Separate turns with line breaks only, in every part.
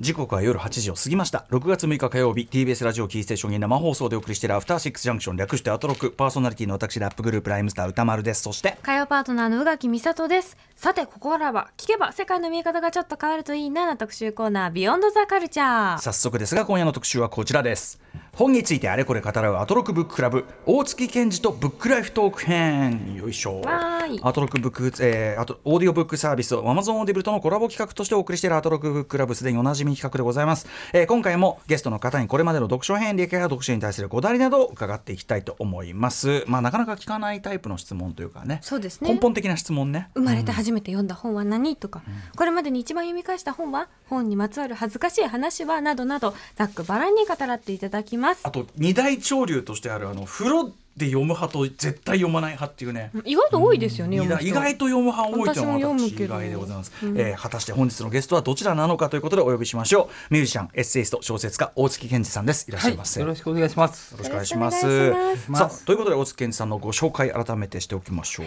時刻は夜8時を過ぎました6月6日火曜日 TBS ラジオキーステーションに生放送でお送りしているアフターシックスジャンクション略してアトロクパーソナリティの私ラップグループライムスター歌丸ですそして
火曜パートナーの宇垣美里ですさてここからは聞けば世界の見え方がちょっと変わるといいなな特集コーナービヨンドザカルチャー
早速ですが今夜の特集はこちらです本についてあれこれ語らうアトロクブッククラブ大月健二とブックライフトーク編よいしょ
わーい
アトロクブック、えー、あとオーディオブックサービス Amazon オーディブルとのコラボ企画としてお送りしているアトロクブッククラブすでにおなじみ企画でございます、えー今回もゲストの方にこれまでの読書編理解や読書に対するこだわりなどを伺っていきたいと思いますまあなかなか聞かないタイプの質問というかね
そうですね
根本的な質問ね
生まれて初めて読んだ本は何とか、これまでに一番読み返した本は本にまつわる恥ずかしい話はなどなどざっくばらんに語らっていただきます
あと二大潮流としてあるあの風呂で読む派と絶対読まない派っていうね、
意外と多いですよね、
意
読む人
外意外と読む派多いというのは
私も
私
読むけ
意
ど
外でございます、えー果たして本日のゲストはどちらなのかということでお呼びしましょうミュージシャンエッセイスト小説家大月健二さんですいらっしゃいませ、
よろしくお願いします
よ。ろしくお願いします
よろしくお願いし
ます
さあということで大月健二さんのご紹介改めてしておきましょう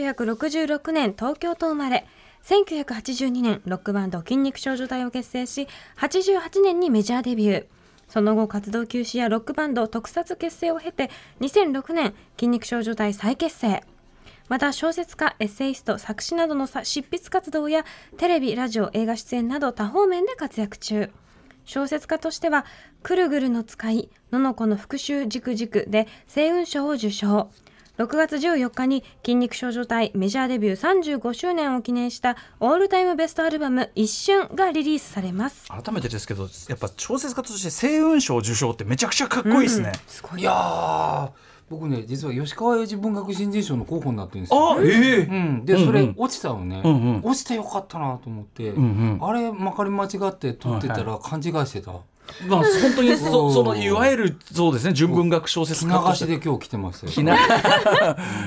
1966年東京と生まれ1982年ロックバンド筋肉少女隊を結成し88年にメジャーデビューその後活動休止やロックバンド特撮結成を経て2006年筋肉少女隊再結成また小説家エッセイスト作詞などのさ執筆活動やテレビラジオ映画出演など多方面で活躍中小説家としては「くるぐるの使い」「ののこの復讐じくじく」で星雲賞を受賞6月14日に筋肉少女隊メジャーデビュー35周年を記念したオールタイムベストアルバム「一瞬」がリリースされます
改めてですけどやっぱ小説家として星雲賞受賞ってめちゃくちゃかっこいいですね、
すご
い
い
やー、僕ね、実は吉川英治文学新人賞の候補になってるんです
あ
よ。
ええ
うん、で、
うんうん
それ落ちたのね、
うんうん
落ちてよかったなと思って、
ん
あれまかり間違って撮ってたら勘違いしてた、
まあ本当にそ
うん
そのいわゆるそうですね純文学小説
着
家
流
として
し で今日来てましたよ
着な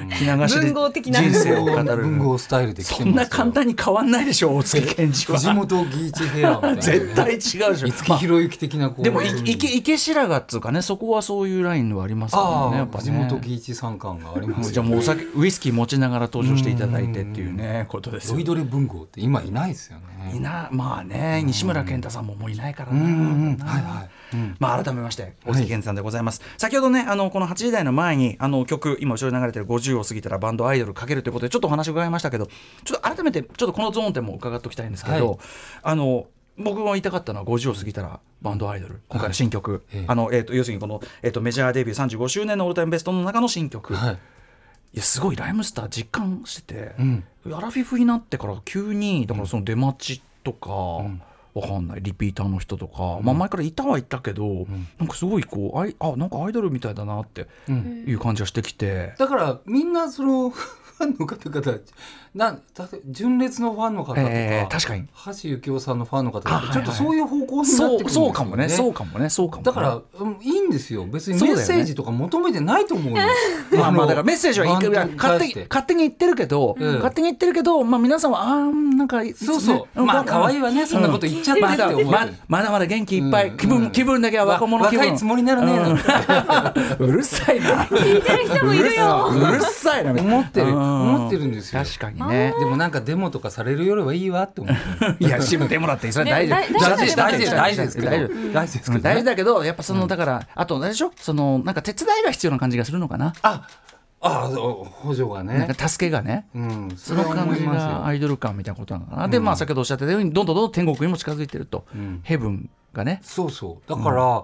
着流しで
文豪的な
人生を語る
文豪スタイルで来てまし
そ
た
んな簡単に変わんないでしょ大月健二
藤
は
本義一ヘアみたいな、ね、
絶対違うでしょ
五木ひろゆき的なこう
でもい
うん
池池白髪っつうかねそこはそういうラインはありますから
あ
ね
あ、
やっぱ
藤
ね
本義一三冠があります
じゃあもうお酒ウイスキー持ちながら登場していただいてっていうねことですよ
酔いどれ文豪って今いないですよね
いなまあね西村健太さんももういないから
うん
な
うんうんはいはい、うん
まあ、改めまして大月健二さんでございます、先ほどねあのこの8時台の前にあの曲今後ろに流れてる50を過ぎたらバンドアイドルかけるということでちょっとお話を伺いましたけどちょっと改めてちょっとこのゾーンでも伺っておきたいんですけど、
はい
あの僕が言いたかったのは50を過ぎたらバンドアイドル今回の新曲、
ええ
あのえー、と要するにこの、えー、とメジャーデビュー35周年のオールタイムベストの中の新曲、
はい
い、やすごいライムスター実感してて、
うん
アラフィフになってから急にだからその出待ちとか、わかんないリピーターの人とか、まあ、前からいたはいたけど、なんかすごいこうあいあなんかアイドルみたいだなって
うん
いう感じがしてきて、
だからみんなその ファンの方々なんだって純烈のファンの方とか、
えー確かに
橋幸夫さんのファンの方と
あはいはい
かちょっとそういう方向になってくる
そ
んですよ
う
ね
そうかもねそうかもねそうかもね
だから、うんいいんですよ別に
そうだ
メ
よ
ッ
ね
セージとか求めてないと思うの
まあまあだからメッセージはい
バン
く
ドに
ら勝手
対
に
して
勝手に言ってるけど、
うん
勝手に言ってるけど、まあ、皆さんはあーなんかい
そうそう、まあ可愛いわね、そんなこと言っちゃって
ま
って
だ
思う、
ままだまだ元気いっぱい、
うん
気分気分だけは若者気分
わ若いつもりになるね
うん
なんて
うるさいな
聞いてる人もいるよ
うるさいな
思ってる
うん
思ってるんですよ
確かにね
でもなんかデモとかされるよりはいいわって思う
いや締めてもらっていいそれは大丈
ね
夫
大
大事大事大事ですけど
大丈夫
大事です
う
け
ん
ど
大
ね
事だけどやっぱそのだからあとあれでしょそのなんか手伝いが必要な感じがするのかな
ああそう補助が
な
ね
んか助けがね
うんそ
そ
れ
の
は
感
思い
じが
ま
アイドル感みたいなことなのかなでまあ先ほどおっしゃってたようにどんどんどんどん天国にも近づいてると
ん
ヘブンがね
すよそうそうだから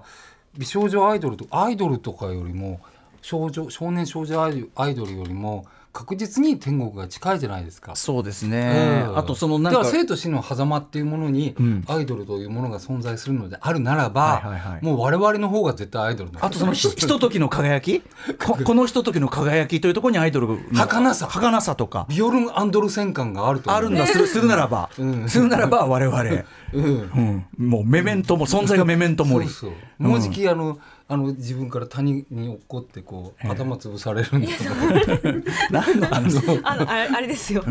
美少女アイドルとアイドルとかよりも少女少年少女アイアイドルよりも確実に天国が近いじゃないですか
そうですね
うん
あとそのなんか
では生と死の狭間っていうものにアイドルというものが存在するのであるなら
は
ば、
いはいはい
もう我々の方が絶対アイドルだ
あとそのひひとときの輝き ここのひとときの輝きというところにアイドルの
儚さ
儚さとか
ビオルン・アンドルセン感があると思
あ
う
るんだするするならば、
うん
するならば我々、
うん
うん、もうメメントも存在がメメントモ
そう
リ
そうもうじきあのあの自分から谷に落っこってこう頭潰されるんで
何の話
あのあれあれですよ、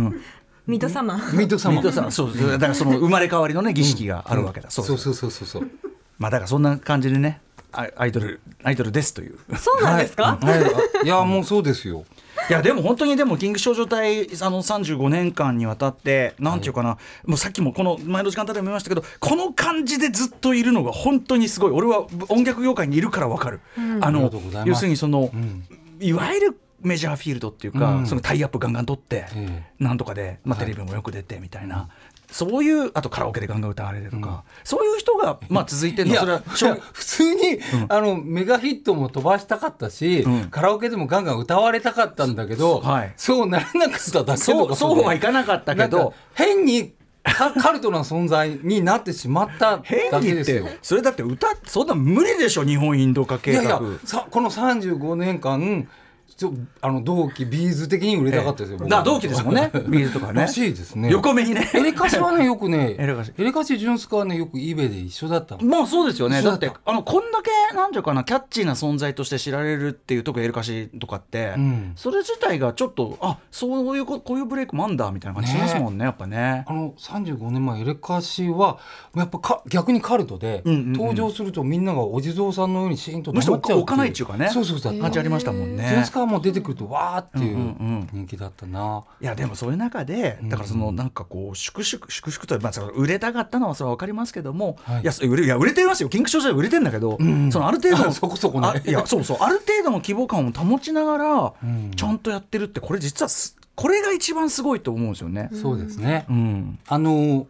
水戸様
ミート様
ミートさんそうだからその生まれ変わりのね儀式があるわけだ、
そうそうそうそうそうそう
まあだからそんな感じでねアイアイドルアイドルですという
そうなんですか、
はい、いやもうそうですよ
いやでも本当にでもキング少女隊あの35年間にわたってなんていうかな、もうさっきもこの前の時間帯でも言いましたけどこの感じでずっといるのが本当にすごい俺は音楽業界にいるからわかる、あ
あり
の
がとうございます
要するにその、
うん
いわゆるメジャーフィールドっていうか、
うん
そのタイアップガンガン取って、
え
なんとかで、まあ、
は
テ
い
レビもよく出てみたいな、そういうあとカラオケでガンガン歌われるとか、そういう人が、まあ、続いてる
い
のは
や
それはし
い
ょ
や普通に、あのメガヒットも飛ばしたかったし、
うん
カラオケでもガンガン歌われたかったんだけど、
そはい
そうならなかっただけ
そ
と
う
か
そうはいいかなかったけど。
変にカカルトな存在になってしまった
変
だけ
に
で
っ
す
て
よ。
それだって歌ってそんな無理でしょ日本インド化
い
計画
やいやさこの35年間ちょあの同期ビーズ的に売れたかったです
え
よ、
え
僕
だ同期です もんねビーズとかね
らしいですね
横目にね
エレカシはねよく ね
エレカシ
エレカシジュンスカはねよく eBay で一緒だったの
まあそうですよね
そう
だ
だ
っ
った
てあのこんだけなんていうかなキャッチーな存在として知られるっていう特にエルカシとかって、
うん
それ自体がちょっとあそういうここういうブレイクもあんだみたいな感じしますもんねやっぱね
あの35年前エレカシはやっぱか逆にカルトで、
うんうんうん
登場するとみんながお地蔵さんのようにシーンと
むしろ
黙っちゃう
置かないっていうかね
そうそうそうだ
感
った
じありましたもんね、
ジュンスカはもう出てくるとわーってい
うんうん
う
うん
人気だったな、
いやでもそういう中でだからそのなんかこう粛々粛々と、まあ、その売れたかったのはそれは分かりますけども、
はい
い、やそ売れいや売れてますよキング少女は売れてんだけど、そのある程度の
そこそこね
あいやそうそうある程度の規模感を保ちながら、
うん
ちゃんとやってるってこれ実はすこれが一番すごいと思うんですよね。
そうですね、
うん
あの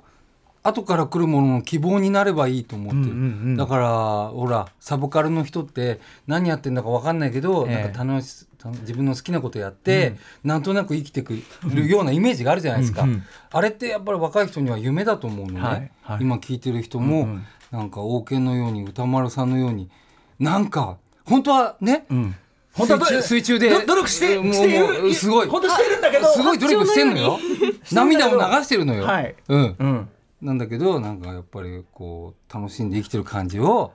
後から来るものの希望になればいいと思ってる、
うんうんうん
だからほらサブカルの人って何やってんだか分かんないけど、
ええ
なんか楽し楽自分の好きなことやって、なんとなく生きてくるようなイメージがあるじゃないですか、
うんうん
あれってやっぱり若い人には夢だと思うのね、
はいはい
今聞いてる人も、
うんうん
なんか王権のように歌丸さんのようになんか本当はね、
うん
水中水中で
ど努力して
もう
している
もうすごい
本当してるんだけど
すごい努力してんのよ 涙も流してるのよ、
はい
うん、
うん、
なんだけどなんかやっぱりこう楽しんで生きてる感じを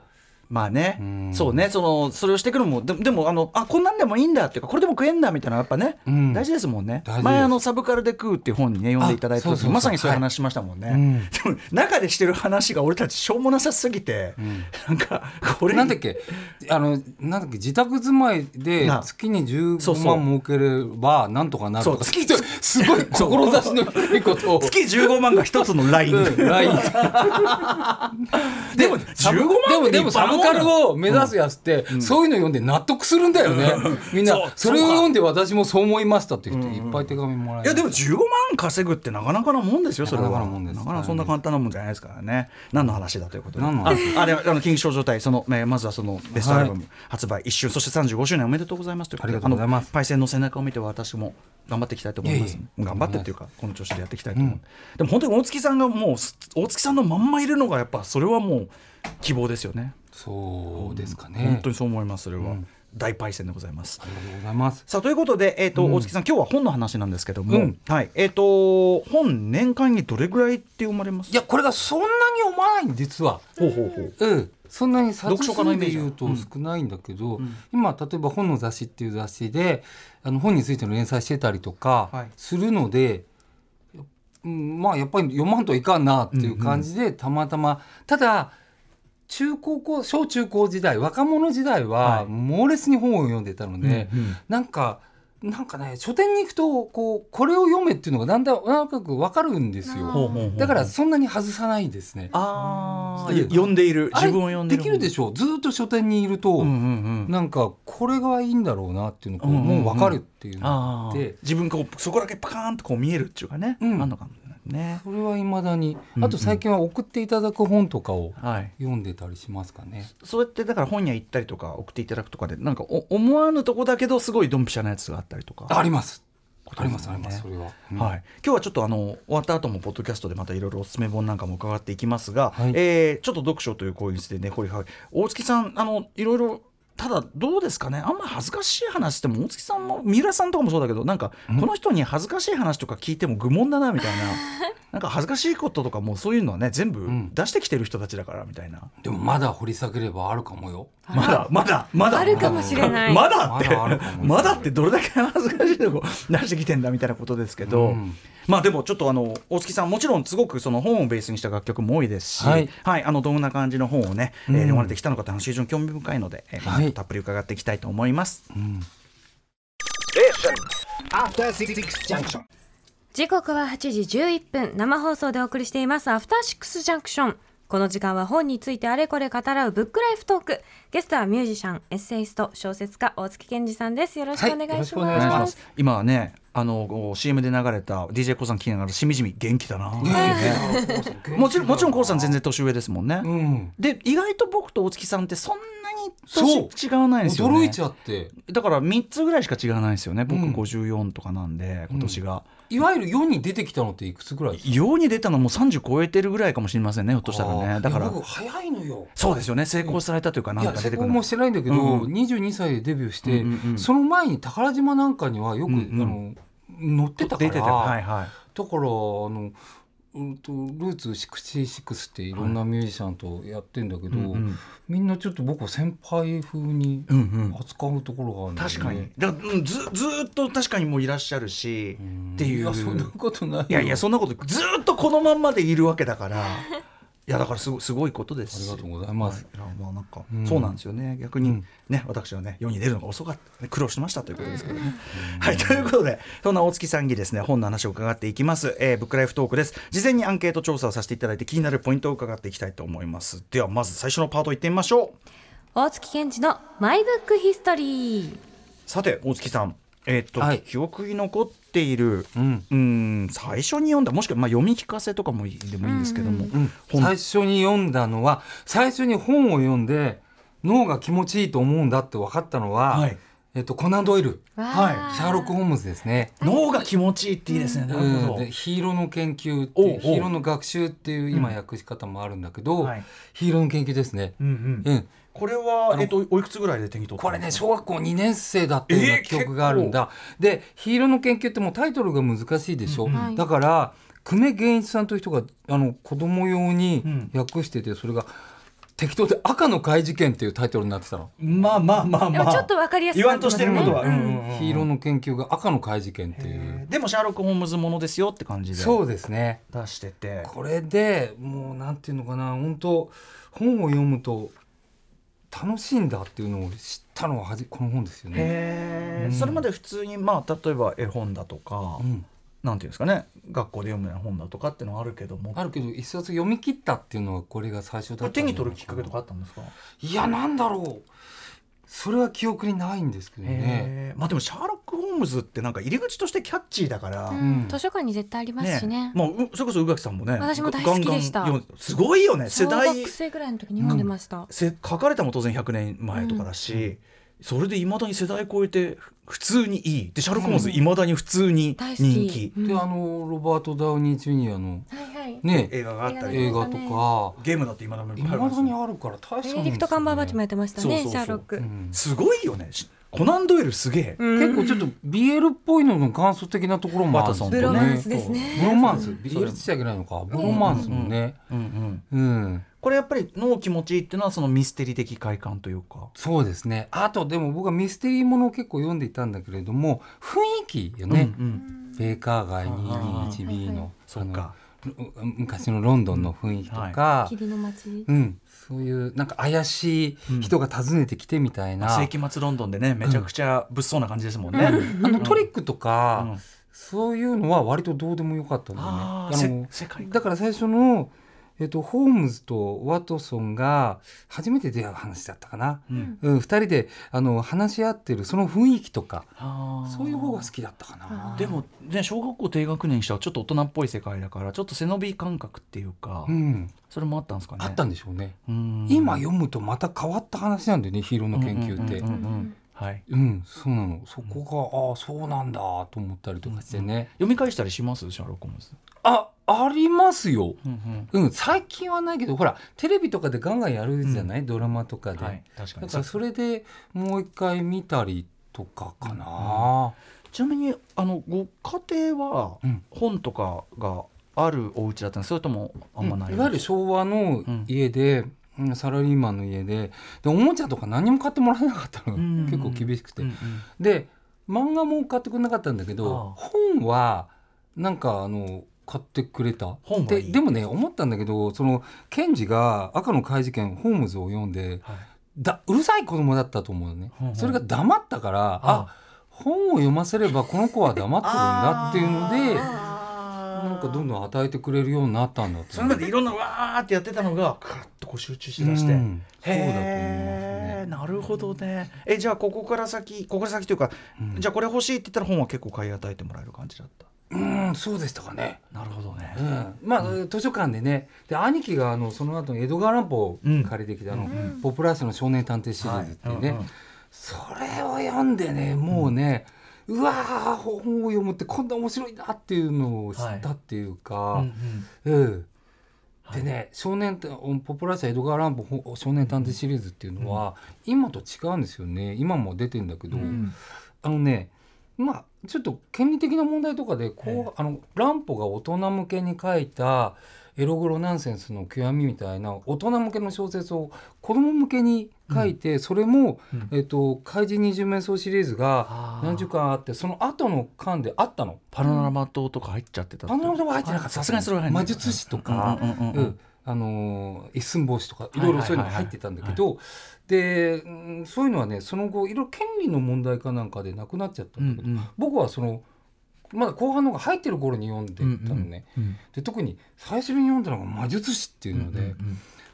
まあね、
うん
そうねそのそれをしてくるのもででもあのあこんなんでもいいんだっていうかこれでも食えんだみたいなやっぱね、
うん
大事ですもんね
大事です
前あの「サブカルで食う」っていう本にね読んでいただいた
あそう
時
そうそう
まさにそういう話しましたもんね、
ん
でも中でしてる話が俺たちしょうもなさすぎて、なんかこれ
なんだっけあのなんだっけ自宅住まいで
な
月に
そう
15
そう
万儲ければなんとかなるとか
そう月
すごい志の低いことを。
月15万が一つのライン、
うんライン
でも
サブ
15万って
でもでも
立派な
サ
もん
ブ
だ
カルを目指すやつって、そういうの読んで納得するんだよね、みんな
そう
それを
そうか
読んで私もそう思いましたって言っていっぱい手紙もらえ
いやでも15万稼ぐってなかなかなもんですよそれは
なかなかなもんです
なかなかそんな簡単なもんじゃないですからね何の話だということで
何の話
ああれあの「金賞状態」そのえーまずはそのベストアルバム発売1周そして35周年おめでとうございますということで
ありがとうございます
あのパイセンの背中を見て私も頑張っていきたいと思います
いえい
頑張ってっていうかこの調子でやっていきたいと思う、でも本当に大月さんがもうす大月さんのまんまいるのがやっぱそれはもう希望ですよね
そうですかね、
本当にそう思いますそれは、大パイセンでございます
ありがとうございます
さあということで、えーと大月さん今日は本の話なんですけども、
うん
はいえー、と本年間にどれぐらいって読まれます
いやこれがそんなに思わないん実は
ほうほうほう
うん、そんなに冊
読書家のイ
数
メー
で
ジは
言うと少ないんだけど、
うんうん
今例えば本の雑誌っていう雑誌であの本についての連載してたりとか
はい
するので、うんまあやっぱり読まんといかんなっていう感じで、たまたまただ中高校小中高時代若者時代
は
はい猛烈に本を読んでたので、
うんうん
なんかなんかね書店に行くとこうこれを読めっていうのがだんだんなんとなく分かるんです
あー
よ。
ほうほうほう
だからそんなに外さないですね。
ああ
うん
読んでいる
あれ
自分を読んでいる
できるでしょうずーっと書店にいると、
うんうんうん
なんかこれがいいんだろうなっていうのがこう
うんうんうん
もう分かるっていう
あ
の
ー
で
自分こうそこだけパカーンとこう見えるっていうかね、
うん
あんのかもね
それはいまだに
うん
あと最近は送っていただく本とかを
はい
読んでたりしますかね、
そうやってだから本屋行ったりとか送っていただくとかでなんかお思わぬとこだけどすごいドンピシャなやつがあったりとか
あります
こと
あ
で
り
もね
ますありますそれは、うん
はい、今日はちょっとあの終わった後もポッドキャストでまたいろいろおすすめ本なんかも伺っていきますが、
はい
えーちょっと読書という行為についてねこりは大月さんあのいろいろただどうですかねあんま恥ずかしい話しても大月さんも三浦さんとかもそうだけどなんかこの人に恥ずかしい話とか聞いても愚問だなみた いななんか恥ずかしいこととかもうそういうのはね全部
ん
出してきてる人たちだからみたいな、
でもまだ掘り下げればあるかもよ
まだまだまだ
あるかもしれない
まだって
まだあるかも
まだってどれだけ恥ずかしいとこ出してきてんだみたいなことですけど、
うん
まあでもちょっとあの大月さんもちろんすごくその本をベースにした楽曲も多いですし、は
はいい
あのどんな感じの本をね、えー読まれてきたのかって話非常に興味深いので、えー
はい
たっぷり伺っていきたいと思います。
うん
After Six Junction.
時刻は8時11分生放送でお送りしていますアフターシックスジャンクションこの時間は本についてあれこれ語らうブックライフトークゲストはミュージシャンエッセイスト小説家大月健二さんですよろしくお願いし
はいよろ
ます,、
しくお願いしま
今はねあの CM で流れた DJ コウさん聞きながらしみじみ元気だな、 もちろんもちろんコウさん全然年上ですもんね、
うん
で意外と僕と大月さんってそんなに
そう
年違わないですよね
驚いちゃって
だから3つぐらいしか違わないですよね僕
うん
54とかなんで、今年が
いわゆる世に出てきたのっていくつぐらいですか
世に出たのも30超えてるぐらいかもしれませんねひょっとしたら
あ
ね
ー
だから
いや僕早いのよ
そうですよね成功されたというか
い
なん
や
か
そ
出て
こ
くる
もしてないんだけど、
うん
22歳でデビューして、
うんうんうん
その前に宝島なんかにはよく、
うんうん
あの乗ってたから
出てたはいはい
だからあの、うん、とルーツ66っていろんなミュージシャンとやってんだけど、
うんうん
みんなちょっと僕を先輩風に
うんうん
扱うところがあるんだよね
確かにだから、うん、ずずーっと確かにもういらっしゃるし
うん
っていう
やそんなことないよ
いやいやそんなことずーっとこのまんまでいるわけだ からいやだからすごすごいことで
あ
す
り
し
がとうございます、
いやまあなんか、
うん
そうなんですよね逆に
うん
ね、私はね世に出るのが遅かった苦労しましたということですけどね。 はいということでそんな大月さんにですね本の話を伺っていきます、えーブックライフトークです事前にアンケート調査をさせていただいて気になるポイントを伺っていきたいと思いますではまず最初のパートいってみましょう
大月健二のマイブックヒストリー
さて大月さんえーっと、
はい
記憶に残っている
うん
うん最初に読んだもしくはまあ読み聞かせとかもいいでもいいんですけども、
うん
本
最初に読んだのは最初に本を読んで脳が気持ちいいと思うんだって分かったのは、
はい
えっと、コナン・ドイル
はい
シャーロック・ホームズですね。
脳が気持ちいいっていいですね、なる
う
ほ
ん
ど
で。ヒーローの研究ってい
お
う
うおう
ヒーローの学習っていう今訳し方もあるんだけど、
はい
ヒーローの研究ですね。
うんうん
うん、
これは
あ、の
えっと、おいくつぐらいで手に取った
これね小学校2年生だったよう
え
な
ー
記憶があるんだ、でヒーローの研究ってもうタイトルが難しいでしょ、
うん
はい
だから久米源一さんという人があの子供用
うん
に訳しててそれが適当で「赤の怪事件」っていうタイトルになってたの、
まあまあまあ
で
ま
も
あ。
ちょっとわかりやすく
言
な
わ
っ
ん
て
と
ま
し
す
て
ね
ることは。
う
うんんうんうん
ヒーローの研究が「赤の怪事件」っていう、
でもシャーロック・ホームズものですよって感じで
そうですね
出してて。
これでもうなんていうのかな本当本を読むと楽しいんだっていうのを知ったのははじこの本ですよね。
へえ、
うん
それまで普通にまあ例えば絵本だとか、
うん
なんていうんですかね学校で読むような本だとかってのはあるけども
あるけど一冊読み切ったっていうのはこれが最初だった
これ
ん
手
じゃない
に取るきっかけとかあったんですか、
いやなんだろうそれは記憶にないんですけどね
へえまあでもシャーロック・ホームズってなんか入り口としてキャッチーだから、
ん
図書館に絶対ありますしね
もううそれこそ宇垣さんもね
私も大好きでした
ガンガン読んですごいよね世
小
代
学生ぐらいの時に読んでました、
せ書かれたも当然100年前とかだし、それでいまだに世代超えてふ普通にいいでシャーロック・ホームズいまだに普通に
大好き
人気、
うん
であのロバート・ダウニー・ジュニアの
はいはい
ね
映画があったり
映画とか
ゲームだっていまだに
いまだにあるから大
ベネ
したもん
ディ
で
ク
す
ト・カンバーバッチもや
よね
ってましたね
そうそうそう
シャーロック、
うん
すごいよねしコナン・ドイルすげえ、
うん
結構ちょっと BL っぽいのの元祖的なところもあるんですよね
ワトソンとねブロマン
スですね
ブロマンス
うん
BL って言っちゃいけないのかブロマンスもね
うんうん
うん
これやっぱり脳気持ちいいっていうのはそのミステリー的快感というか
そうですねあとでも僕はミステリーものを結構読んでいたんだけれども雰囲気よね、
うんうん
ベーカー街
あー
221B の
そっか
あのう昔のロンドンの雰囲気とか、
霧の街
うん、そういうなんか怪しい人が訪ねてきてみたいな、
世紀末ロンドンでねめちゃくちゃ物騒な感じですもんね、
あのトリックとか、
うん
そういうのは割とどうでもよかったんだよね。
あ
あ
ー
の
せ世界観
だから最初の、えっとホームズとワトソンが初めて出会う話だったかな。
うん
うん、2人であの話し合ってるその雰囲気とか
あー
そういう方が好きだったかな。
でもね小学校低学年にしたらちょっと大人っぽい世界だからちょっと背伸び感覚っていうか、
うん、
それもあったんですかね
あったんでしょうね。
うん
今読むとまた変わった話なんだよねヒーローの研究って。
うんうんうんうんはい
うん、そうなの。そこが、ああ、そうなんだと思ったりとかしてね。
読み返したりしますシャーロック・ホームズ、
あ、ありますよ。
うんうん
うん、最近はないけど、ほら、テレビとかでガンガンやるじゃない、ドラマとかで。
はい、確か
だ
に
から、それでもう一回見たりとかかな。
ちなみにあのご家庭は
うん
本とかがあるお家だったんですかそれともあんまない、
いわゆる昭和の家で、うんサラリーマンの家ででおもちゃとか何も買ってもらえなかったの、
うん
結構厳しくて、
うんうん
で漫画も買ってくれなかったんだけど
あ
本はなんかあの買ってくれた
本はいい
ででもね思ったんだけどその検事が赤の怪事件ホームズを読んで
はい
だうるさい子供だったと思うのね、
うんうん
それが黙ったからあ
あ
本を読ませればこの子は黙ってるんだっていうのでなん
ん
かどんどん与えてくれるようになったんだと
それまでいろんなわーってやってたのがカッとこう集中しだして、
うんそうだと思います
へ
ね
ーなるほどねえじゃあここから先ここから先というか、
うん
じゃあこれ欲しいって言ったら本は結構買い与えてもらえる感じだった
うんそうでしたかね
なるほどね
うんまあ、図書館でねで兄貴があのその後に江戸川乱歩を借りてきたあの、ポプラースの少年探偵シリーズっていう
は
ね、
いうんうん
それを読んでねもうね、うわー本を読むってこんな面白いなっていうのを知ったっていうか、うんでね少年たポプラース江戸川乱歩ほ少年探偵シリーズっていうのは、今と違うんですよね今も出てんだけど、
うん
あのねまあちょっと権利的な問題とかでこうあの乱歩が大人向けに書いたエログロナンセンスの極みみたいな大人向けの小説を子供向けに書いて、それも、
うん
えっと怪人二十面相シリーズ
あ
が
ー
何十巻あってその後の巻であったの。
パノラマ島とか入っちゃってたって
パノラマは入ってなかった。
さすがにそれは入んない
魔術師とか、
うんうんうんう
うんんあのー一寸法師とか
い
い
はい
ろい
はいはい
ろそういうのが入ってたんだけどでうんそういうのはねその後いろいろ権利の問題かなんかでなくなっちゃった
うん
だけど、
ん
僕はそのまだ後半の方が入ってる頃に読んでたのね、
うん
で特に最初に読んだのが魔術師っていううんので、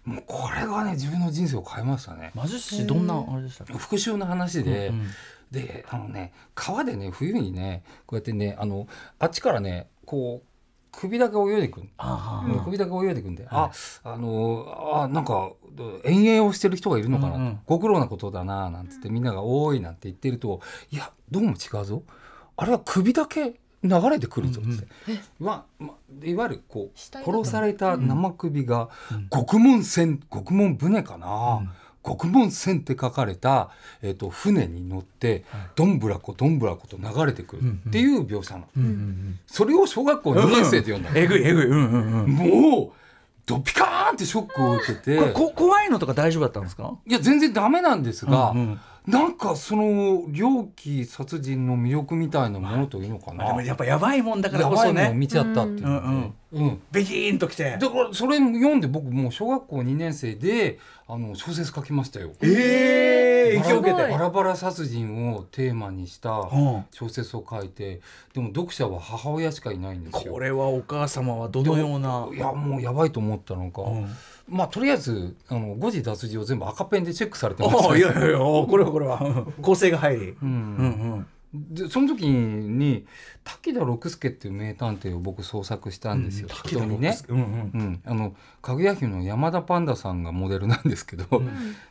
もうこれがね自分の人生を変えましたね。
魔術師どんなあれでしたっけ
復讐の話で、
うん
であのね川でね冬にねこうやってねあのあっちからねこう首だけ泳いでくる
あ
うん
あ
首だけ泳いでくんで、
は
ああのあなんか遠泳をしてる人がいるのかな、
うんうん
ご苦労なことだななんつってみんなが「多い」なんて言ってると「いやどうも違うぞあれは首だけ流れてくるぞ」
うんうん
って、まあまあいわゆるこう
死体だった
殺された生首が
うん
獄門船獄門船かな、獄門船って書かれた、えっと船に乗ってどんぶらこどんぶらこと流れてくるっていう描写なの、
うんうんうん
それを小学校2年生で読んだの。
えぐいえぐいうんうんうん
もうドピカーンってショックを受けて
これこ怖いのとか大丈夫だったんですか
いや全然ダメなんですが、
うんうん
なんかその猟奇殺人の魅力みたいなものというのかな、
でもやっぱやばいもんだから
や
こ
ば
そ
いのを
ね
見ちゃったっていうので、
うん
うん
ベキーンときて
だからそれ読んで僕もう小学校2年生であの小説書きましたよ。
ええ
バ
影響
ラ
受けて
バラバラ殺人をテーマにした
うん
小説を書いてでも読者は母親しかいないんですよ。
これはお母様はどのようない
やもうやばいと思ったのか、
うん
まあとりあえずあの誤字脱字を全部赤ペンでチェックされてました
ああ
よ
いやいやいやおこれはこれはうん構成が入り
う
うん
ん
うん
でその時に滝田六助っていう名探偵を僕創作したんですよ、人にね、
うんうん
うん、あのかぐや姫の山田パンダさんがモデルなんですけど、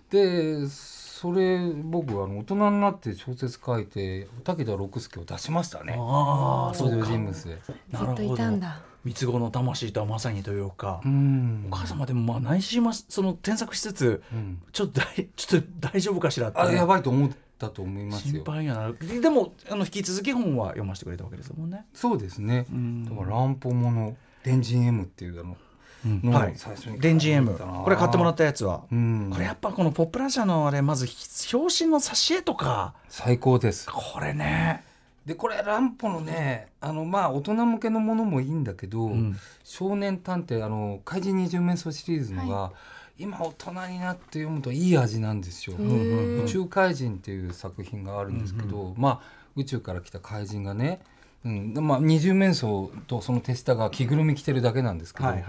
でそれ僕あの大人になって小説書いて滝田六助を出しましたね
ああそ
登
う
場
か
人物で。
なる
ずっと
ほ
いた
ど
んだ
三つ子の魂とはまさにというか、
うん
お母様でもまあ内心はその添削しつつ
うん
ちょっと大 ちょっと大丈夫かしらってね、
あやばいと思ったと思います
心
よ。
配にはなるでもあの引き続き本は読ませてくれたわけですもんね。
そうですね、
ん
だから乱歩もの「電人 M」っていうあの
うん
の
はい
最初に
電人 M
買ったな
これ買ってもらったやつは、
うん
これやっぱこのポップラ社のあれまず表紙の挿絵とか
最高です
これね、
でこれ乱歩のねあのまあ大人向けのものもいいんだけど、
うん
少年探偵あの怪人二十面相シリーズのが、今大人になって読むといい味なんですよ。宇宙怪人っていう作品があるんですけど、まあ宇宙から来た怪人がね、うんまあ、二十面相とその手下が着ぐるみ着てるだけなんですけど、
はい、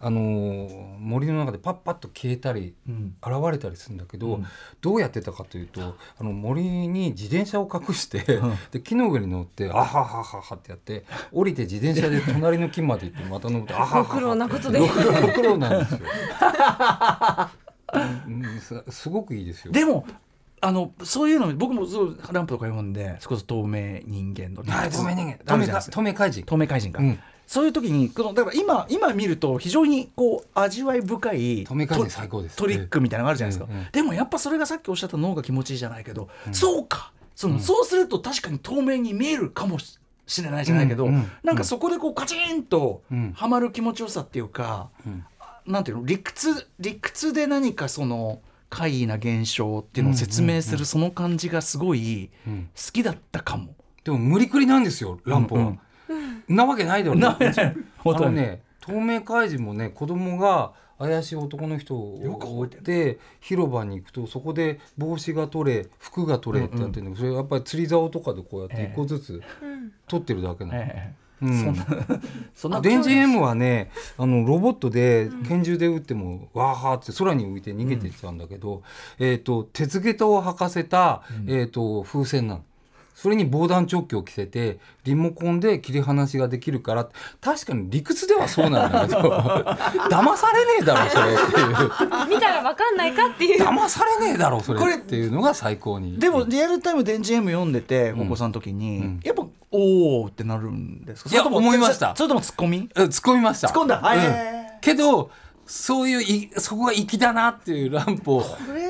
あのー森の中でパッパッと消えたり
うん、
現れたりするんだけど、
うん
どうやってたかというとあの森に自転車を隠して、
ん
で木の上に乗って「あはははは」ってやって降りて自転車で隣の木まで行ってまた乗って「あははは」
ご苦労なことで
ご苦労ご苦労な んですよ、うんうんすすごくいいですよ。
でもあのそういうの僕もそうランプとか読んでそれこそ透明人間の
はい透明人間
あ
透
る
明
じゃない
か
ですか
透明怪人
透明怪人か、
うん
そういう時にこのだから今今見ると非常にこう味わい深い
透明怪人
ト
最高です
トリックみたいなのがあるじゃないですか、
ええええ
でもやっぱそれがさっきおっしゃった脳が気持ちいいじゃないけど、そうかその、そうすると確かに透明に見えるかもししれないじゃないけど、
うんうん
なんかそこでこうカチンと
うん
はまる気持ちよさっていうか、
ん
なんていうの理屈理屈で何かその怪異な現象っていうのを説明するその感じがすごい好
うん
きだったかも。
でも無理くりなんですよ乱歩は、なわけないだろう
な 本
あ
当
の
に
ね透明怪人もね子供が怪しい男の人を
よく
追
覚
っ
えて
て広場に行くとそこで帽子が取れ服が取れってやってるんだけど、それやっぱり釣り竿とかでこうやって一個ずつ
うん
取ってるだけなの。
え
うん
えそんなそんな
デンジ M はねあのロボットで拳銃で撃ってもわーはーって空に浮いて逃げていっちゃうんだけど、えー、と鉄下駄を履かせた、えー、と風船なの。それに防弾チョッキを着せてリモコンで切り離しができるから確かに理屈ではそうなんだ けど騙されねえだろそれっていう
見たらわかんないかっていう
騙されねえだろそれっていうのが最高に
でもリアルタイム電池 M 読んでてお子さんの時に、
うん
やっぱおおってなるんですか
いや
それとも
思いました
それともツッコミ
え突っ込みました
突っ込んだはい、
う
え
けどそういういそこが粋だなっていうランプを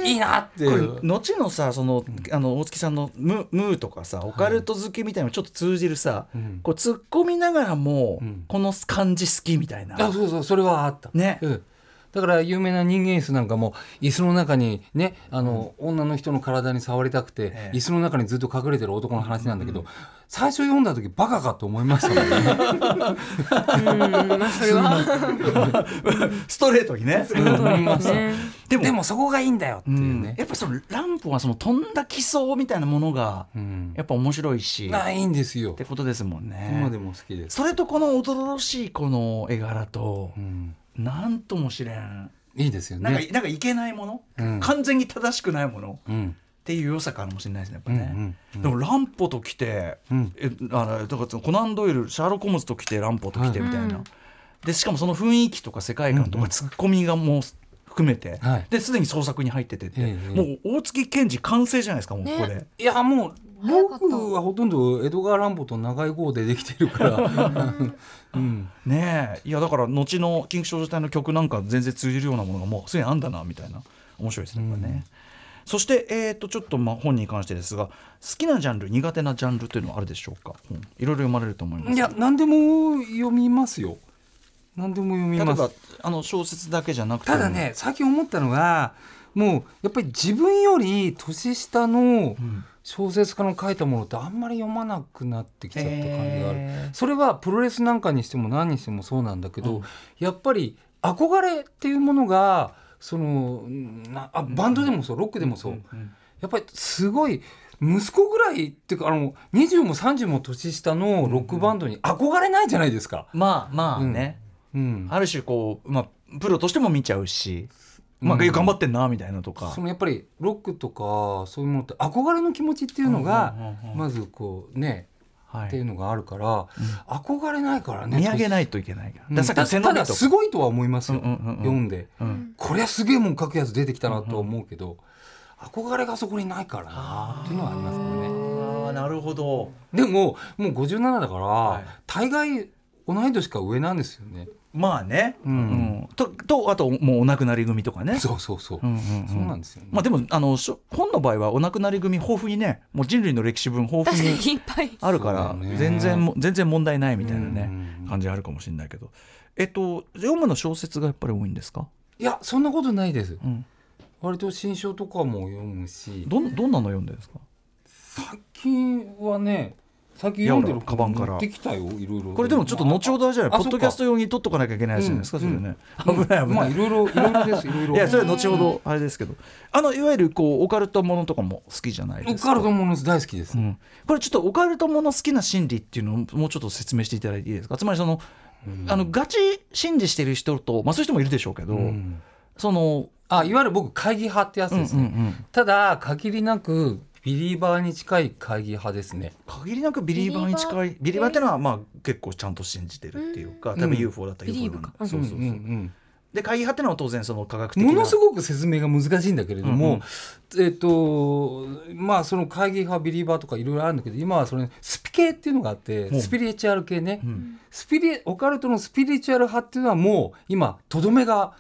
いいなってい
ーこれ
う
後のさそのあの大月さんのム「ムー」とかさオカルト好きみたいなのちょっと通じるさ、
うん
こう突っ込みながらも、
うん
この感じ好きみたいな
あそうそうそれはあった
ね
うん、だから有名な人間椅子なんかも椅子の中にねあの、女の人の体に触りたくて、
ええ
椅子の中にずっと隠れてる男の話なんだけど、最初読んだ時バカかと思いました もんね
うんまあそれは
ストレートにね
思いました
ね
で
でもそこがいいんだよって
う
いうんね、
やっぱそのランプはその飛んだ奇想みたいなものが
うん
やっぱ面白いし、っ
ないんですよ
てことですもんね。
今でも好きです、
それとこの驚々しいこの絵柄と
う、ん、
なんともしれん。
いいですよ
なんか、
ね
なんかいけないもの、
うん
完全に正しくないものっ
うん
ていう良さかもしれないですね、やっぱね。
うんうんうん
でも乱歩と来て、
うん
えあのだからそのコナン・ドイルシャーロック・ホームズと来て乱歩と来て
はい
みたいな、
うん
でしかもその雰囲気とか世界観と
うんう
か
ん
ツッコミがもう含めて、
はい
ですでに創作に入っててって、
ええ
もう大月健二完成じゃないですかもうここで、
いやもう
早かった
僕はほとんど江戸川乱歩と長井号でできてるから、うん、
ねえいやだから後の「緊急少女隊」の曲なんか全然通じるようなものがもうすでにあんだなみたいな面白いですね、これねそして、えー、とちょっとまあ本に関してですが好きなジャンル苦手なジャンルというのはあるでしょうか、うんいろいろ読まれると思います
いや何でも読みますよ何でも読み
例え
ます
ばあの小説だけじゃなくても
ただね最近思ったのがもうやっぱり自分より年下の
ん
小説家の書いたものってあんまり読まなくなってきちゃった感じがある、
へー
それはプロレスなんかにしても何にしてもそうなんだけど、
うん
やっぱり憧れっていうものがそのなあバンドでもそう、ロックでもそう、
うん
やっぱりすごい息子ぐらいっていうかあの20も30も年下のロックバンドに憧れないじゃないですか。
まあまあね、
うん、
ある種こう、まあ、プロとしても見ちゃうし、まあ、
うん
頑張ってんなみたいなとか
そのやっぱりロックとかそういうものって憧れの気持ちっていう
うん
の
うん
が
うんうん
まずこうね
は
っていう
い、
のがあるから憧れないからね
見上げないといけないから,、
うん
だからさっき
た
の背伸
た
び
だ
と
す
か、
ごいとは思いますよ
うんうんうんうん
読んで
うん
こりゃすげえもん書くやつ出てきたなとは思うけど憧れがそこにないからなっていうのはありますよね。
あーなるほど
でももう57だから、
い
大概同い年か上なんですよね。
まあね、
う
うん
ん
ととあともうお亡くなり組とかね
そうそうそう。
うんうんうん
そうなんですよね。
まあでもあのしょ本の場合はお亡くなり組豊富にねもう人類の歴史分豊
確
富
か
に
にいっぱい
あるから
そうだよね
全然も全然問題ないみたいなね
うん
感じあるかもしれないけどえっと読むの小説がやっぱり多いんですか、
いやそんなことないです。
うん、
割と新書とかも読むし、
どんどんなの読んでるんですか
最近はね、最近読んで
い
る
やほらカバンから
持ってきたよいろいろ。
これでもちょっと後ほどあれじゃない
あ
ポッドキャスト用に取っとかなきゃいけないじゃないですか
うん
それね危ない危
ま
な
あい
い
ろいろいろいろですいろいろ。
いやそれは後ほどあれですけどあのいわゆるこうオカルトものとかも好きじゃない
オ
ですか
カルトもの大好きです
う。ん、これちょっとオカルトもの好きな心理っていうのをもうちょっと説明していただいていいですかつまりその,、あのガチ信じしてる人と、まあ、そういう人もいるでしょうけど、
うん
その、
あいわゆる僕会議派ってやつですね。
うんうんうん
ただ限りなくビリーバーに近い会議派ですね。
限りなくビリーバーに近いビリーバーっていうのは、まあ、結構ちゃんと信じてるっていうか、
ん
多分 UFO だったり
ビ
UFO
リー
な
ブ
んだ
か
そうそうそう、
んんん
で会議派っていうのは当然その科学的な
ものすごく説明が難しいんだけれども、
うん
えっ、とまあその会議派ビリーバーとかいろいろあるんだけど今はそれスピ系っていうのがあって
うん
スピリチュアル系ね、
うん
スピリオカルトのスピリチュアル派っていうのはもう今とどめが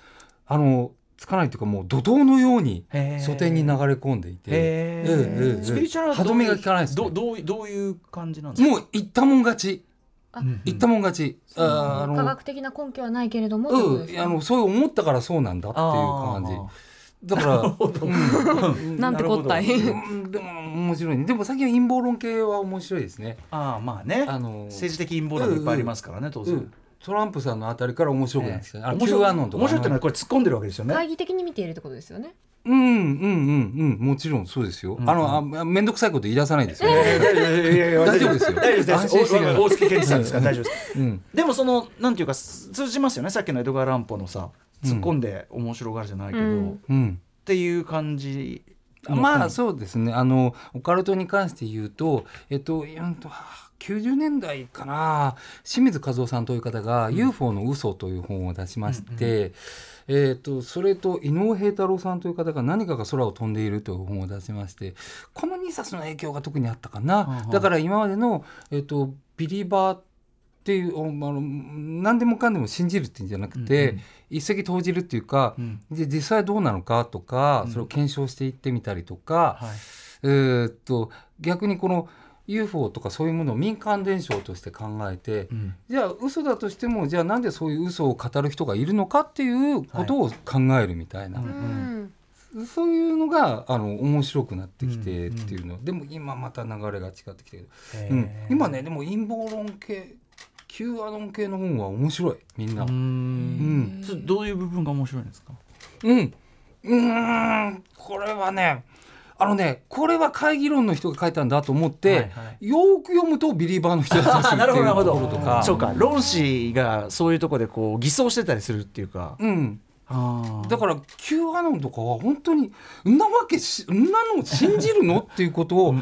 あのつかないというかもう怒涛のように
へー
書店に流れ込んでいて、
へー
ええええ
スピリチュアルはどう
歯止めが効かないですね
どどうどういう感じなんですか
もう言ったもん勝ち
あ
うん
言ったもん勝ち、あーあ
科
の
学的な根拠はないけれども
うんあのそう思ったからそうなんだっていう感じだから うん
なんてこったい
うんでも面白いねでも最近は陰謀論系は面白いですね。
あーあーまあね
あの
政治的陰謀論もいっぱいありますからね当然、
うんトランプさんのあたりから面白くなってきたね。あの
面
Q
白い
アノンとか。
面白いってのはこれ突っ込んでるわけですよね。
会議的に見ているってことですよね。
うんうんうんうんもちろんそうですよ。あのあめんどくさいこと言い出さないですよね。
大
大丈夫ですよ
大丈夫です。
安心してください
お大月健二さんですから大丈夫です。
うん
でもそのなんていうかす通じますよね。さっきの江戸川乱歩のさ突っ込んで面白がるじゃないけど、
うん
うん。
っていう感じ。
まあそうですね。あのオカルトに関して言うとえっとうんと。90年代かな清水和夫さんという方が「UFO の嘘という本を出しまして、えっとそれと伊能平太郎さんという方が「何かが空を飛んでいる」という本を出しましてこの2冊の影響が特にあったか
うん
な
うん
だから今までの、えっとビリバーっていうおあの何でもかんでも信じるっていうんじゃなくて、
うんうん
一石投じるっていうか、
うん
で実際どうなのかとか、
うん
それを検証していってみたりとか、
はい。
えーっと逆にこの UFO とかそういうものを民間伝承として考えて、
うん
じゃあ嘘だとしてもじゃあなんでそういう嘘を語る人がいるのかっていうことを考えるみたいな、
うん
うん
そういうのがあの面白くなってきてっ
うんうん
ていうの、でも今また流れが違ってきてる、
へー
うん、今。ねでも陰謀論系 Q アノン系の本は面白いみん
う
な。
ーん。
うん
それどういう部分が面白いんですか。
うん。うーん、これはね、あのね、これは会議論の人が書いたんだと思って、
はいは
よーく読むとビリバーの人だった
あ、
りす る
な
って
る
い
ほど
う
なるほ
ところとか
ど。。そうか。論士がそういうところでこう偽装してたりするっていうか。
うん、
あー
だから Q アノンとかは本当に「んなわけしんなの信じるの?」っていうことを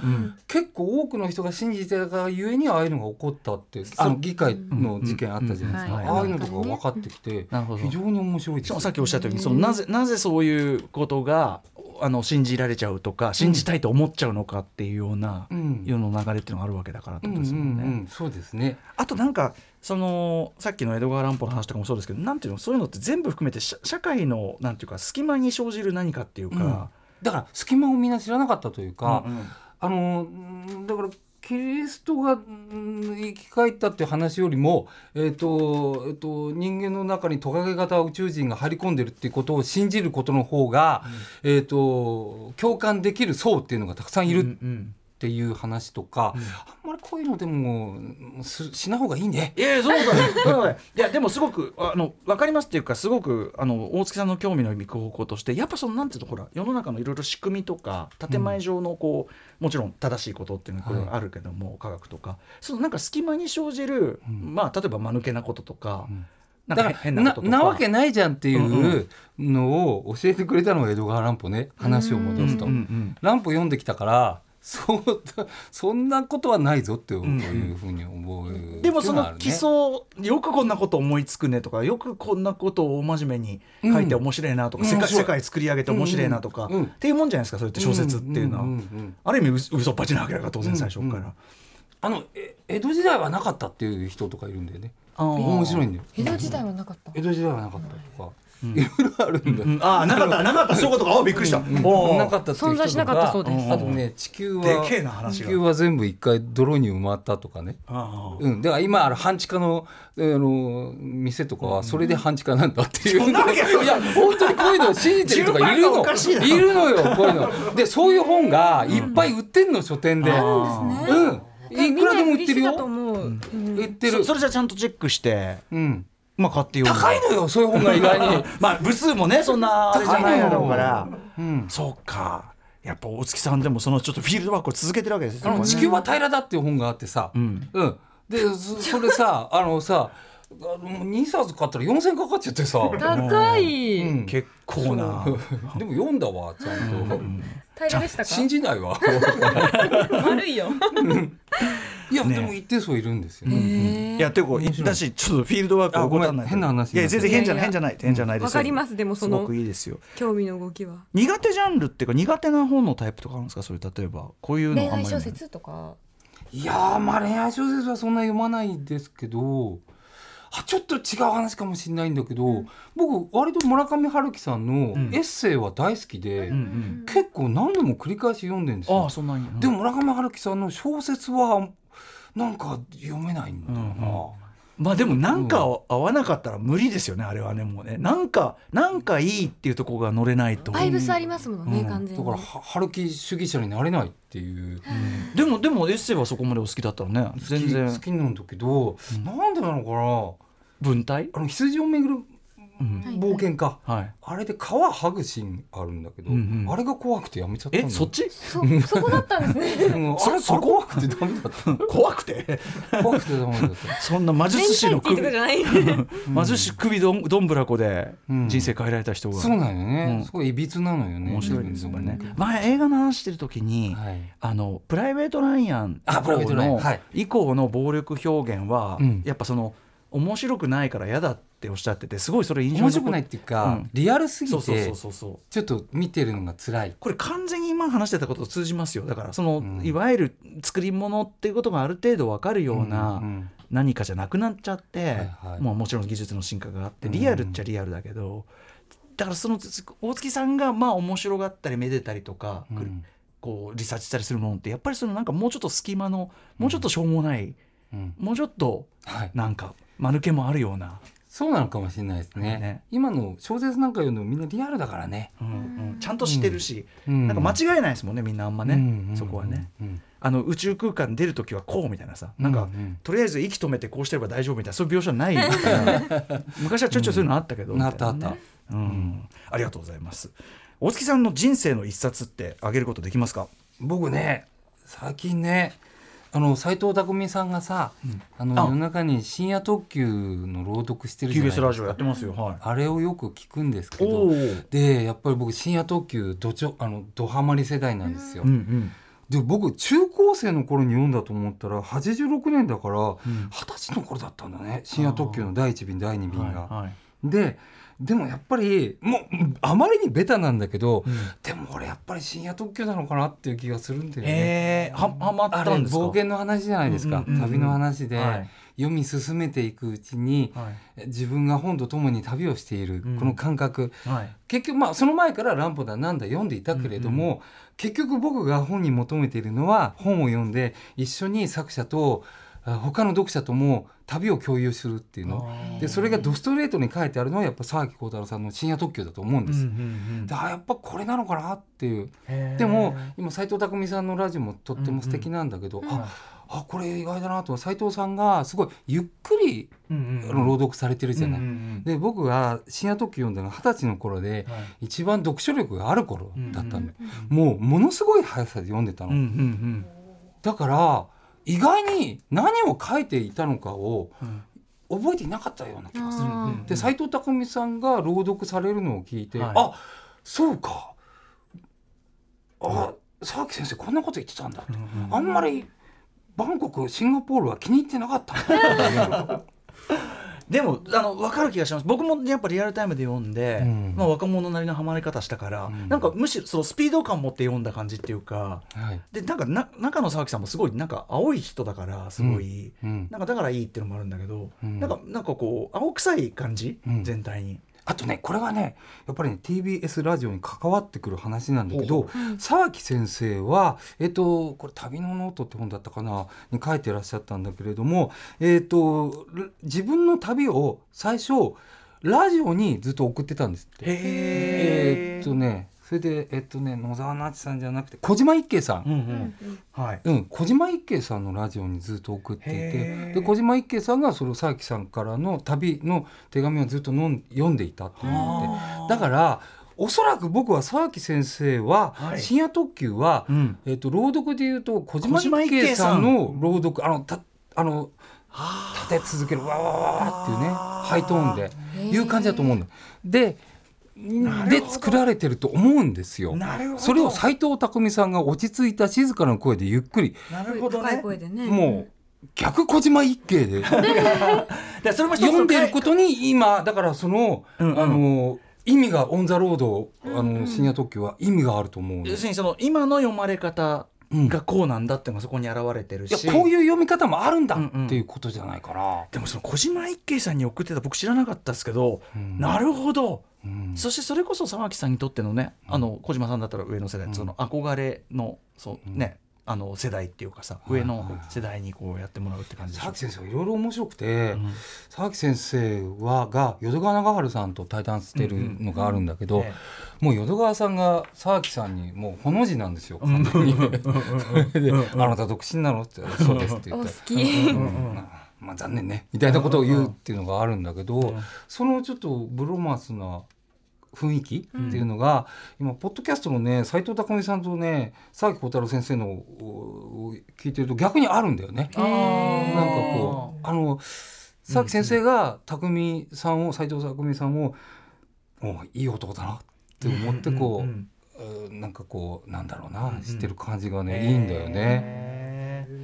結構多くの人が信じてたがゆえにああいうのが起こったってあの議会の事件あったじゃないです
う
か、
んうん
ああいうのとかが分かってきて
なるほど
非常に面白い
し
です
か
よ
もさっきおっしゃったようにそのなぜなぜそういうことがあの信じられちゃうとか信じたいと思っちゃうのかっていうような
うん
世の流れっていうのがあるわけだからって
うん
こ
う
とで
ん
すもんね。
うん、そうですね。
あとなんかそのさっきの江戸川乱歩の話とかもそうですけどなんていうのそういうのって全部含めて社社会のなんていうか隙間に生じる何かっていうか。
だから隙間をみんな知らなかったというか、
うんうん
あのうんだからキリストがうん生き返ったっていう話よりも、えっとえっと人間の中にトカゲ型宇宙人が張り込んでるっていうことを信じることの方が、えっと共感できる層っていうのがたくさんいるっ
うんうん
ていう話とか、あんまりこういうのでもすしない方がいいね。
いやいや、そうだね。 そうだねいや、でもすごく、あの、わかりますっていうか、すごく、あの、大月さんの興味の向く方向として、やっぱその、なんていうの、ほら、世の中のいろいろ仕組みとか、建前上の、こう、もちろん正しいことっていうのはこれはあるけども、科学とか、そのなんか隙間に生じる、
ん
まあ、例えば間抜けなこととか、
ん
なん
だ
か
か
変
ら
なこと
な
とか。
なわけないじゃんってい
ん
うのを教えてくれたのが江戸川乱歩ね話を
うん
戻
う
す
ん
と。
うん
乱歩読んできたからそう そんなことはないぞっていうふうに思う、
でもその基礎、よくこんなこと思いつくねとかよくこんなことを大真面目に書いて
うん
面白いなとか、
うん
世
面
界
白い
世界作り上げて面白いなとか、
うんうん
っていうもんじゃないですかそれって小説っていうのは、
んんん
ある意味うす嘘っぱちなわけだから当然最初から、
うんうんあのえ江戸時代はなかったっていう人とかいるんだよね
あー
面白いんだよ
江戸時代はなかった。
江戸時代はなかったとか、いろいろあるんだよ、
うん ああなかったなかったそういうことかあびっくりした、おー
なかったっていう人とか
存在しなかったそうです
あとね地球は
でけえな話
地
が
球は全部一回泥に埋まったとかね
あ
うん、だから今ある半地下の,、あの店とかはそれで半地下なんだっていう、
そんなわけない
いや本当にこういうのを信じてるとかいる
順番が
の
おかしいない
るのよこういうのでそういう本がいっぱい売ってんの書店で、うん
あ
ね
いくらでも売って
み
る
んな売り手だと
よ
思う。うん
売って
ー
る
そそれじゃちゃんとチェックして
うん、
まあ買ってよ
高いのよそういう本が意外に、
まあ部数もねそんなあれじゃないだろうから
うん、
そうかやっぱ大月さんでもそのちょっとフィールドワークを続けてるわけです
あ
よ
の地球は平らだっていう本があってさ、
うん
うん、でそそれさあのさあの2冊買ったら4,000かかっちゃってさ、
高
う
い。
ん
結構な
そう でも読んだわちゃんと。
平ら でしたか。
信じないわ
悪いよ。
いや、
ね
でも一定数いるんですよ、
いやてこうだしちょっとフィールドワークを怠らない
あごめん変な話
いや全然変じゃない
いやいや
変じゃない変じゃないです
わかりますでもその
すごくいいですよ
興味の動きは。
苦手ジャンルっていうか苦手な本のタイプとかあるんですかそれ例えばこういうの
恋
あんまり
愛小説とか。
いやーまあ恋愛小説はそんな読まないですけどあちょっと違う話かもしれないんだけど、僕割と村上春樹さんの
うん
エッセイは大好きで、
うんうん
結構何度も繰り返し読んでるんです
あ
よ
あそんなに
でも村上春樹さんの小説はなんか読めないんだよな、
まあでもなんか合わなかったら無理ですよねあれはねもうねなんかなんかいいっていうところが乗れないと
バイブスありますもんね、
うん
完全
だ
に。
からは春樹主義者になれないっていう
でもでもエッセイはそこまでお好きだったらね全然
好き好きなんだけど、なんでなのかな
文体
あの羊を巡る冒険か、
はい
あれで皮剥ぐシーンあるんだけど、
うんうん
あれが怖くてやめちゃったの
えそっち
そそこだったんですね
うんあ
そ
れ
そ
そ
こ
こ怖くてダメだっ
怖くて
た怖くてダメだった
そんな魔
メ
術
ンタ
師
リ
の
ティとか
首
じゃないんで
魔術師首どんどんぶらこで
うん
人生変えられた人が、
そうなんよね、
うん
すごいいびつなのよね
面白いですよこれね
自分でも
前映画の話してる時に、
はい
あのプライベート・ライアン
あプライベートライアン
の
はい
以降の暴力表現は、
うん
やっぱその面白くないから嫌だっておっしゃっててすごいそれ印象に
面
残っ
白くないっていうか、
うん
リアルすぎ
そうそうそ
て
うそうそう
ちょっと見てるのが辛い
これ完全に今話してたことと通じますよだからその、
ん
いわゆる作り物っていうことがある程度わかるような
うんうん
何かじゃなくなっちゃって、
いはい
もうもちろん技術の進化があって
うん
リアルっちゃリアルだけど、だからその大月さんがまあ面白がったりめでたりとか、
うん
こうリサーチしたりするものってやっぱりそのなんかもうちょっと隙間のもうちょっとしょうもない、
うん
もうちょっと
はい、
なんか間抜けもあるような、
そうなのかもしれないですね
ね
今の小説なんか読んでもみんなリアルだからね、
うんうんちゃんとしてるし、
うん
なんか間違えないですもんねみんなあんまね、
うんうん
そこはね。
うん
あの宇宙空間出る時はこうみたいなさなんか、
うんうん
とりあえず息止めてこうしてれば大丈夫みたいなそういう描写ないみたい な昔はちょいちょいそういうのあったけど、
うん
みいなね
あったあっ
うんありがとうございます大月さんの人生の一冊ってあげることできますか
僕ね最近ねあの斎藤工さんがさ、あの
あ
夜中に深夜特急の朗読してるじゃないです
TBS
か
ラジオやってますよはい
あれをよく聞くんですけ
お
ど
ー
でやっぱり僕深夜特急どちょあのドハマり世代なんですよ。
うんうん
で僕中高生の頃に読んだと思ったら86年だから二十歳の頃だったんだね深夜特急の第1便第2便が。
はいはい
ででもやっぱりもううんあまりにベタなんだけど、でも俺やっぱり深夜特急なのかなっていう気がするんだよ
え
ね。
ー、ははまっ
あれ
たんですか
冒険の話じゃないです
う
か、
んうんうんうん
旅の話で、
はい
読み進めていくうちに、
はい
自分が本と共に旅をしている
うん
この感覚、
はい
結局まあその前から「乱歩だなんだ」読んでいたけれども、結局僕が本に求めているのは本を読んで一緒に作者とあ他の読者とも旅を共有するっていうのでそれがドストレートに書いてあるのはやっぱ沢木耕太郎さんの「深夜特急」だと思うん
う
で
んう
す。
ん
であやっぱこれなのかなっていう
うん
でも今斎藤工さんのラジオもとっても素敵なんだけど、
へー
ああこれ意外だなと斎藤さんがすごいゆっくり
うん
あの朗読されてるじゃない。
うんうん
で僕が深夜特急読んだのが二十歳の頃で
うんはい
一番読書力がある頃だったんで、
うん
もうものすごい速さで読んでたの、
うんうん
だから意外に何を書いていたのかを
うんうん
覚えていなかったような気がする、
あ
うん
ー
で斎藤工さんが朗読されるのを聞いて、
はい
あそうかあ沢木先生こんなこと言ってたんだと、
うん
あんまりバンコクシンガポールは気に入ってなかったんだ
でもあの分かる気がします僕もやっぱリアルタイムで読んで、
うん
まあ、若者なりのハマり方したから、
うん
なんかむしろそのスピード感持って読んだ感じっていうか
はい、
でなんかな中野沢木さんもすごいなんか青い人だからすごい、
うん、
なんかだからいいっていうのもあるんだけど、
うん
なんかなんかこう青臭い感じ、
うん
全体に。
あとねこれはねやっぱりね TBS ラジオに関わってくる話なんだけど
うん
沢木先生はえっとこれ「旅のノート」って本だったかなに書いてらっしゃったんだけれどもえっとル自分の旅を最初ラジオにずっと送ってたんですって。え
へ
っとねそれでえっとね野沢那智さんじゃなくて小島一慶さん
うんう
うんんうん
はい
うん、小島一慶さんのラジオにずっと送って
へ
いて
ー
で小島一慶さんがその佐木さんからの旅の手紙をずっとのん読んでいたっていうのでだからおそらく僕は佐木先生は
はい
深夜特急は、
うん
えっと朗読で言うと小島
小島
一
一慶
慶
さ
さ
ん
んの朗読あのたあの
あ
立て続けるわわわわっていうね
あー
ハイトーンでいう感じだと思うんだ。で
るほ
で
ど
作られてると思うんですよ
ー。なるほど
それを斎藤工さんが落ち着いた静かな声でゆっくり
なるほど
高い
ね
声でね
もう逆小島一景 で
でそれも一つの
読んでることに今だからその、
うんうん
あの意味がオン・ザ・ロードあの、深夜特急は意味があると思うの
要するにその今の読まれ方がこうなんだっていうのがそこに現れてる
いや
し、
こういう読み方もあるんだ
うんうん
っていうことじゃないかな。
でもその小島一慶さんに送ってた僕知らなかったですけど、
うん
なるほど、
うん
そしてそれこそ沢木さんにとってのね、あの小島さんだったら上の世代、
うん
その憧れのそう、
うん
ねあの世代っていうかさ、
はい
上の世代にこうやってもらうって感じでし
佐
ょ
々木先生はいろいろ面白くて、
うん
佐々木先生はが淀川長春さんと対談してるのがあるんだけど、
え
もう淀川さんが佐々木さんにもうほの字なんですよ完全に。それであなた独身なの?」って「そうです」って言っ
お
た
好
ら
き
うんうん
ままあ、残念ねみたいなことを言うっていうのがあるんだけど、そのちょっとブロマンスな雰囲気っていうのが、今ポッドキャストのね斎藤工さんとね佐木幸太郎先生のを聞いてると逆にあるんだよね。
あー
なんかこうあの佐木先生が匠さんを斎藤匠さんを「おういい男だな」って思って
ん
こう。
んん
うんなんかこうなんだろうな、
うんうん
してる感じがねいいんだよね。
ね。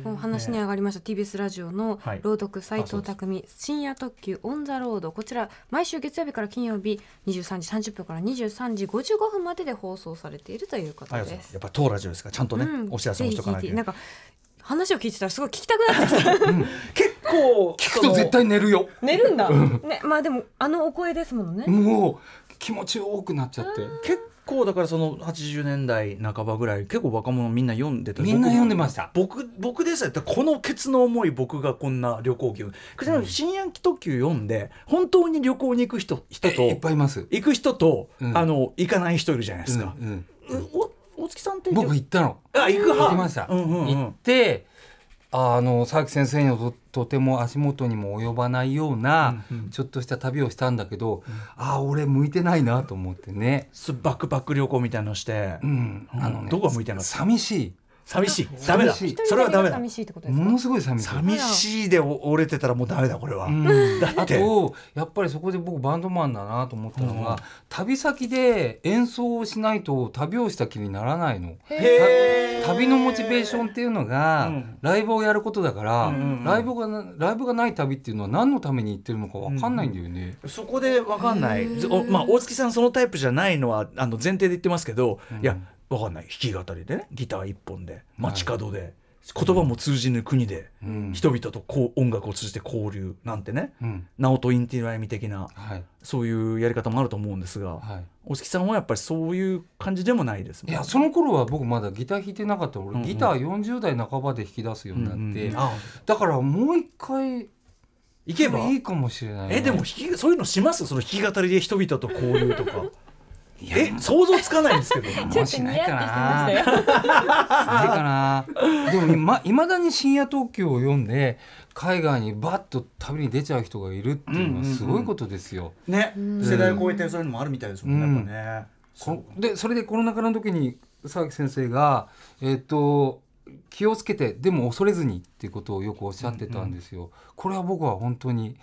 お話に上がりました TBS ラジオの
はい
朗読斉藤匠深夜特急オン・ザ・ロードこちら毎週月曜日から金曜日23時30分から23時55分までで放送されているというこ
あ
と
りがとうござい
で
ます
す
や。っぱ当ラジオですからちゃんとね、
うん
お知らせもしとかないと
ぜ
い
ひ
けない
ぜひなんか話を聞いてたらすごい聞きたくなって きた
結構
聞くと絶対寝るよ。
寝るんだ、ね、まあでもあのお声ですものね、
もう気持ち多くなっちゃって。
結構だからその80年代半ばぐらい結構若者みんな読んでた
みんな読んで
ま
ました。
僕僕ですよこのケツの重い僕がこんな旅行記くしゃみ深夜特急読んで本当に旅行に行く人人と
いっぱいいます。
行く人と、
うん
あの行かない人いるじゃないですか、
うんうん
うお大月さんって
僕行ったの。
あ行く派
行きました。
うんうんうん
行って。あの佐々木先生のととても足元にも及ばないような、
うんうん
ちょっとした旅をしたんだけど、ああ俺向いてないなと思ってね、
すバックパック旅行みたいなのして、
うん、あのね
どこが向いてなかった
寂し
寂しいダメだ
寂しい
それはダメだ
寂しいってこと
い
ですか
ものすごい寂しい
寂しいでお折れてたらもうダメだこれは、
うん
だっ
あ
て
とやっぱりそこで僕バンドマンだなと思ったのが、
うん
旅先で演奏をしないと旅をした気にならないの。
へー
た旅のモチベーションっていうのが、
うん
ライブをやることだから、
うんうんうん
ライブがなライブがない旅っていうのは何のために行ってるのかわかんないんだよね。
そこで分かんない、ずおまあ、大月さんそのタイプじゃないのはあの前提で言ってますけど、
ん
いや分かんない弾き語りでねギター一本で街角で、言葉も通じぬ国で、
うん
人々とこう音楽を通じて交流なんてね
うん
ナオト・インティライミ的な
はい
そういうやり方もあると思うんですが、
はい
大月さんはやっぱりそういう感じでもないですも
い
ん
やその頃は僕まだギター弾いてなかった俺、
んうん
ギター40代半ばで弾き出すようになって、
うんうんあ
だからもう一回
行けば
いいかもしれないな
えでも弾きそういうのしますその弾き語りで人々と交流とか
いや
え想像つかないん ですけど
ちょ
も
っと
し
ニ
ない
ヤ
か
っ
な
てしてましたよ
ないかなでもいまいまだに深夜特急を読んで海外にバッと旅に出ちゃう人がいるっていうのはすごいことですよ。
ね
ん
世代を超えてそういうのもあるみたいですもんね、
うん
やっぱね
こでそれでコロナ禍の時に佐々木先生が、えっと気をつけてでも恐れずにっていうことをよくおっしゃってたんですよ。これは僕は本当に、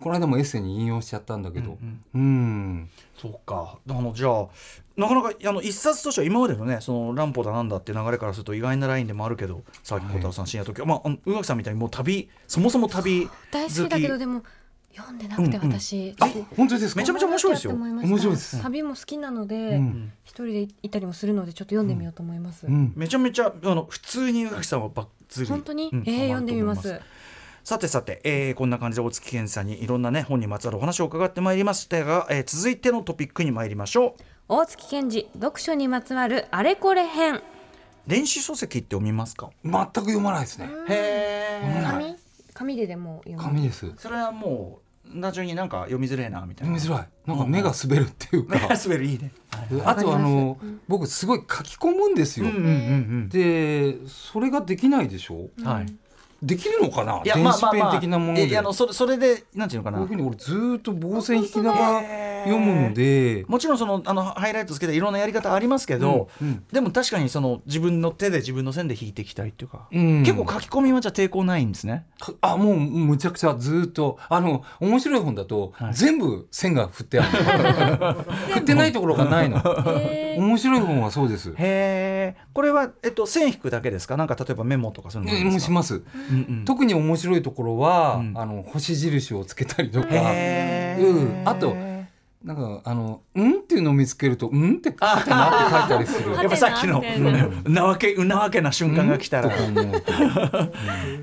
この間もエッセイに引用しちゃったんだけど、うん
そうかあのじゃあなかなかあの一冊としては今までのねその乱歩だなんだって流れからすると意外なラインでもあるけどさっき小太郎さん深夜時、まああの宇垣さんみたいにもう旅そもそも旅
大好きだけどでも読んでなくて私、
あ本当ですか
めちゃめちゃ面白いですよ
頑張らなきゃって思いました
面白いです
旅も好きなので、
うん
一人でいたりもするのでちょっと読んでみようと思います、
うん
めちゃめちゃあの普通に宇垣さんはバッツリ
本当に、
うん
えー読んでみます
さてさて、えーこんな感じで大月健さんにいろんなね本にまつわるお話を伺ってまいりましたが、えー続いてのトピックに参りましょう
大月健二読書にまつわるあれこれ編
電子書籍って読みますか
全く読まないですね。
へ
ー
紙紙ででも読む
紙です。
それはもう単純になんか読みづれえなみたいな
読みづらい。なんか目が滑るっていうか。
滑るいいね、
あとあの、僕すごい書き込むんですよ。
うんうんうん
でそれができないでしょ
うんはい
できるのかない
や
電
まあま
子
あ
ペ
ま
ン
あ
的なもの
えいや
で
あの
こ
それそれでなんていうのか
うい
な
うふうに俺ずーっと棒線引きながら
へー
読むので
もちろんそのあのハイライトつけていろんなやり方ありますけど、
うんうん
でも確かにその自分の手で自分の線で引いていきたいっていうか、
うん
結構書き込みはじゃあ抵抗ないんですね。
かあもうむちゃくちゃずーっとあの面白い本だと
はい
全部線が振ってあ る振ってないところがないの
えー
面白い本はそうです
へえこれは、えっと、線引くだけですかなんか例えばメモとかそういうのもあ
え
るんで
もう
す
し
か、
ます
うんうん
特に面白いところは
うん
あの星印をつけたりとか
へー
うんあとなんかあの「ん?」っていうのを見つけると「ん?」って書いてなって書いたりする
やっぱさっきの
はてなみたいな
うんなわけうなわけな瞬間が来たら、へ
うんとか思う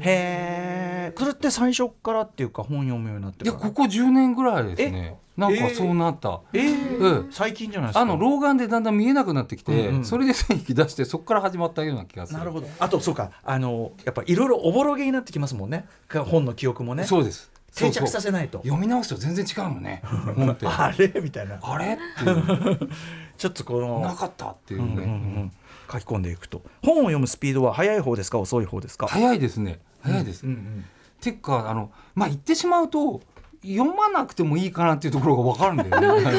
えそれって最初からっていうか本読むようになって
いや
から
ここ10年ぐらいですねなんかそうなった、
えー
うん
最近じゃないですか
あの老眼でだんだん見えなくなってきて、
うんうん
それで線引き出してそこから始まったような気がする
なるほどあとそうかあのやっぱいろいろおぼろげになってきますもんねか本の記憶もね
そうです
定着さ
そうそう
せないと
読み直すと全然違うのね 本ってあ
あれみたいな
れっていう
ちょっとこの
なかったっていうね、
うんうんうん書き込んでいくと本を読むスピードは速い方ですか遅い方ですか、
早いですね早いです、
うんうん
ていうかあのまあ言ってしまうと読まなくてもいいかなっていうところがわかるんだ よね。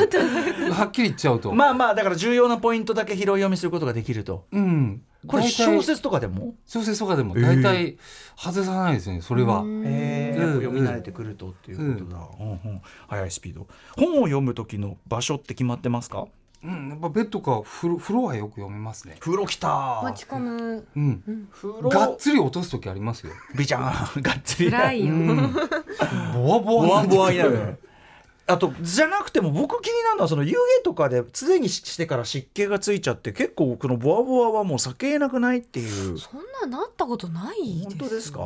はっきり言っちゃうと。
まあまあだから重要なポイントだけ拾い読みすることができると
うん。
これ
大体
小説とかでも
小説とかでも大体外さないですよね、それは。
えー
う
やっ
ん
ぱ読み慣れてくるとっていうことだ、うんうん速いスピード本を読む時の場所って決まってますか
うん、やっぱベッドか風呂風呂はよく読みますね。
風呂きた
持ち込む
うん。
風
がっつり落とす時ありますよ。
ビちゃんがっつり
辛いよ、
ボワボ
ボワ
ワ
ンボワンになる。 あとじゃなくても僕気になるのはその湯気とかで常にしてから湿気がついちゃって結構このボワボワはもう避けえなくないっていう
そんななったことないです
本当ですか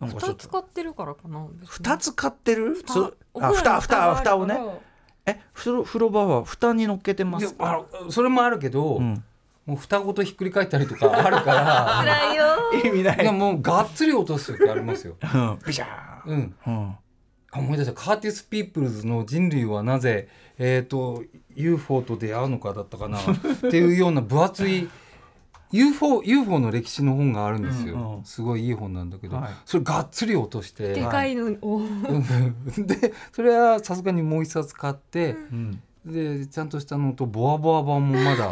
なんかち
蓋
ょっと
使ってるからかな
二つ買ってる
蓋
そ
お
あ
風呂
蓋
に
蓋
があ
蓋
る
を
から
ねえ風呂風呂場は蓋に乗っけてま
いや
すか
あのそれもあるけど、
うん
もう蓋ごとひっくり返ったりとかあ るか
辛いよ
意味な
らいやもうがっつり落とす時ありますよ。
うんビシャーン
うん、
うん
あ思い出したカーティス・ピープルズの「人類はなぜ、えー、と UFO と出会うのか」だったか なっていうような分厚い UFO, UFO の歴史の本があるんですよ、
うんうん
すごいいい本なんだけど、
はい
それがっつり落として
でかいのを
うんでそれはさすがにもう一冊買って、
うん
でちゃんとしたのとボワボワ版もまだ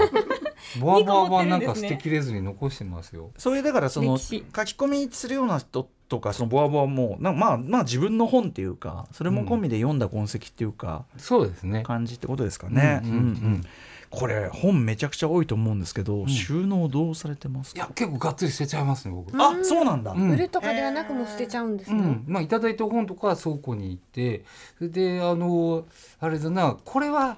ボワボワ版なんか捨てきれずに残してますよ。
そういうだからその
歴
書き
史
込みするような人とかそのボワボワもなまあまあ自分の本っていうかそれも込みで読んだ痕跡っていうか、
そうですね
感じってことですかね。
うん
う
うんん
う
うん
んこれ本めちゃくちゃ多いと思うんですけど、
ん
収納どうされてます
い
か
や結構がっつり捨てちゃいますね僕。
あそうなんだ、
うん
売るとかではなくもう捨てちゃうんです
う
ね、
ん、まあいただいた本とかは倉庫に行ってそれであのあれだなこれは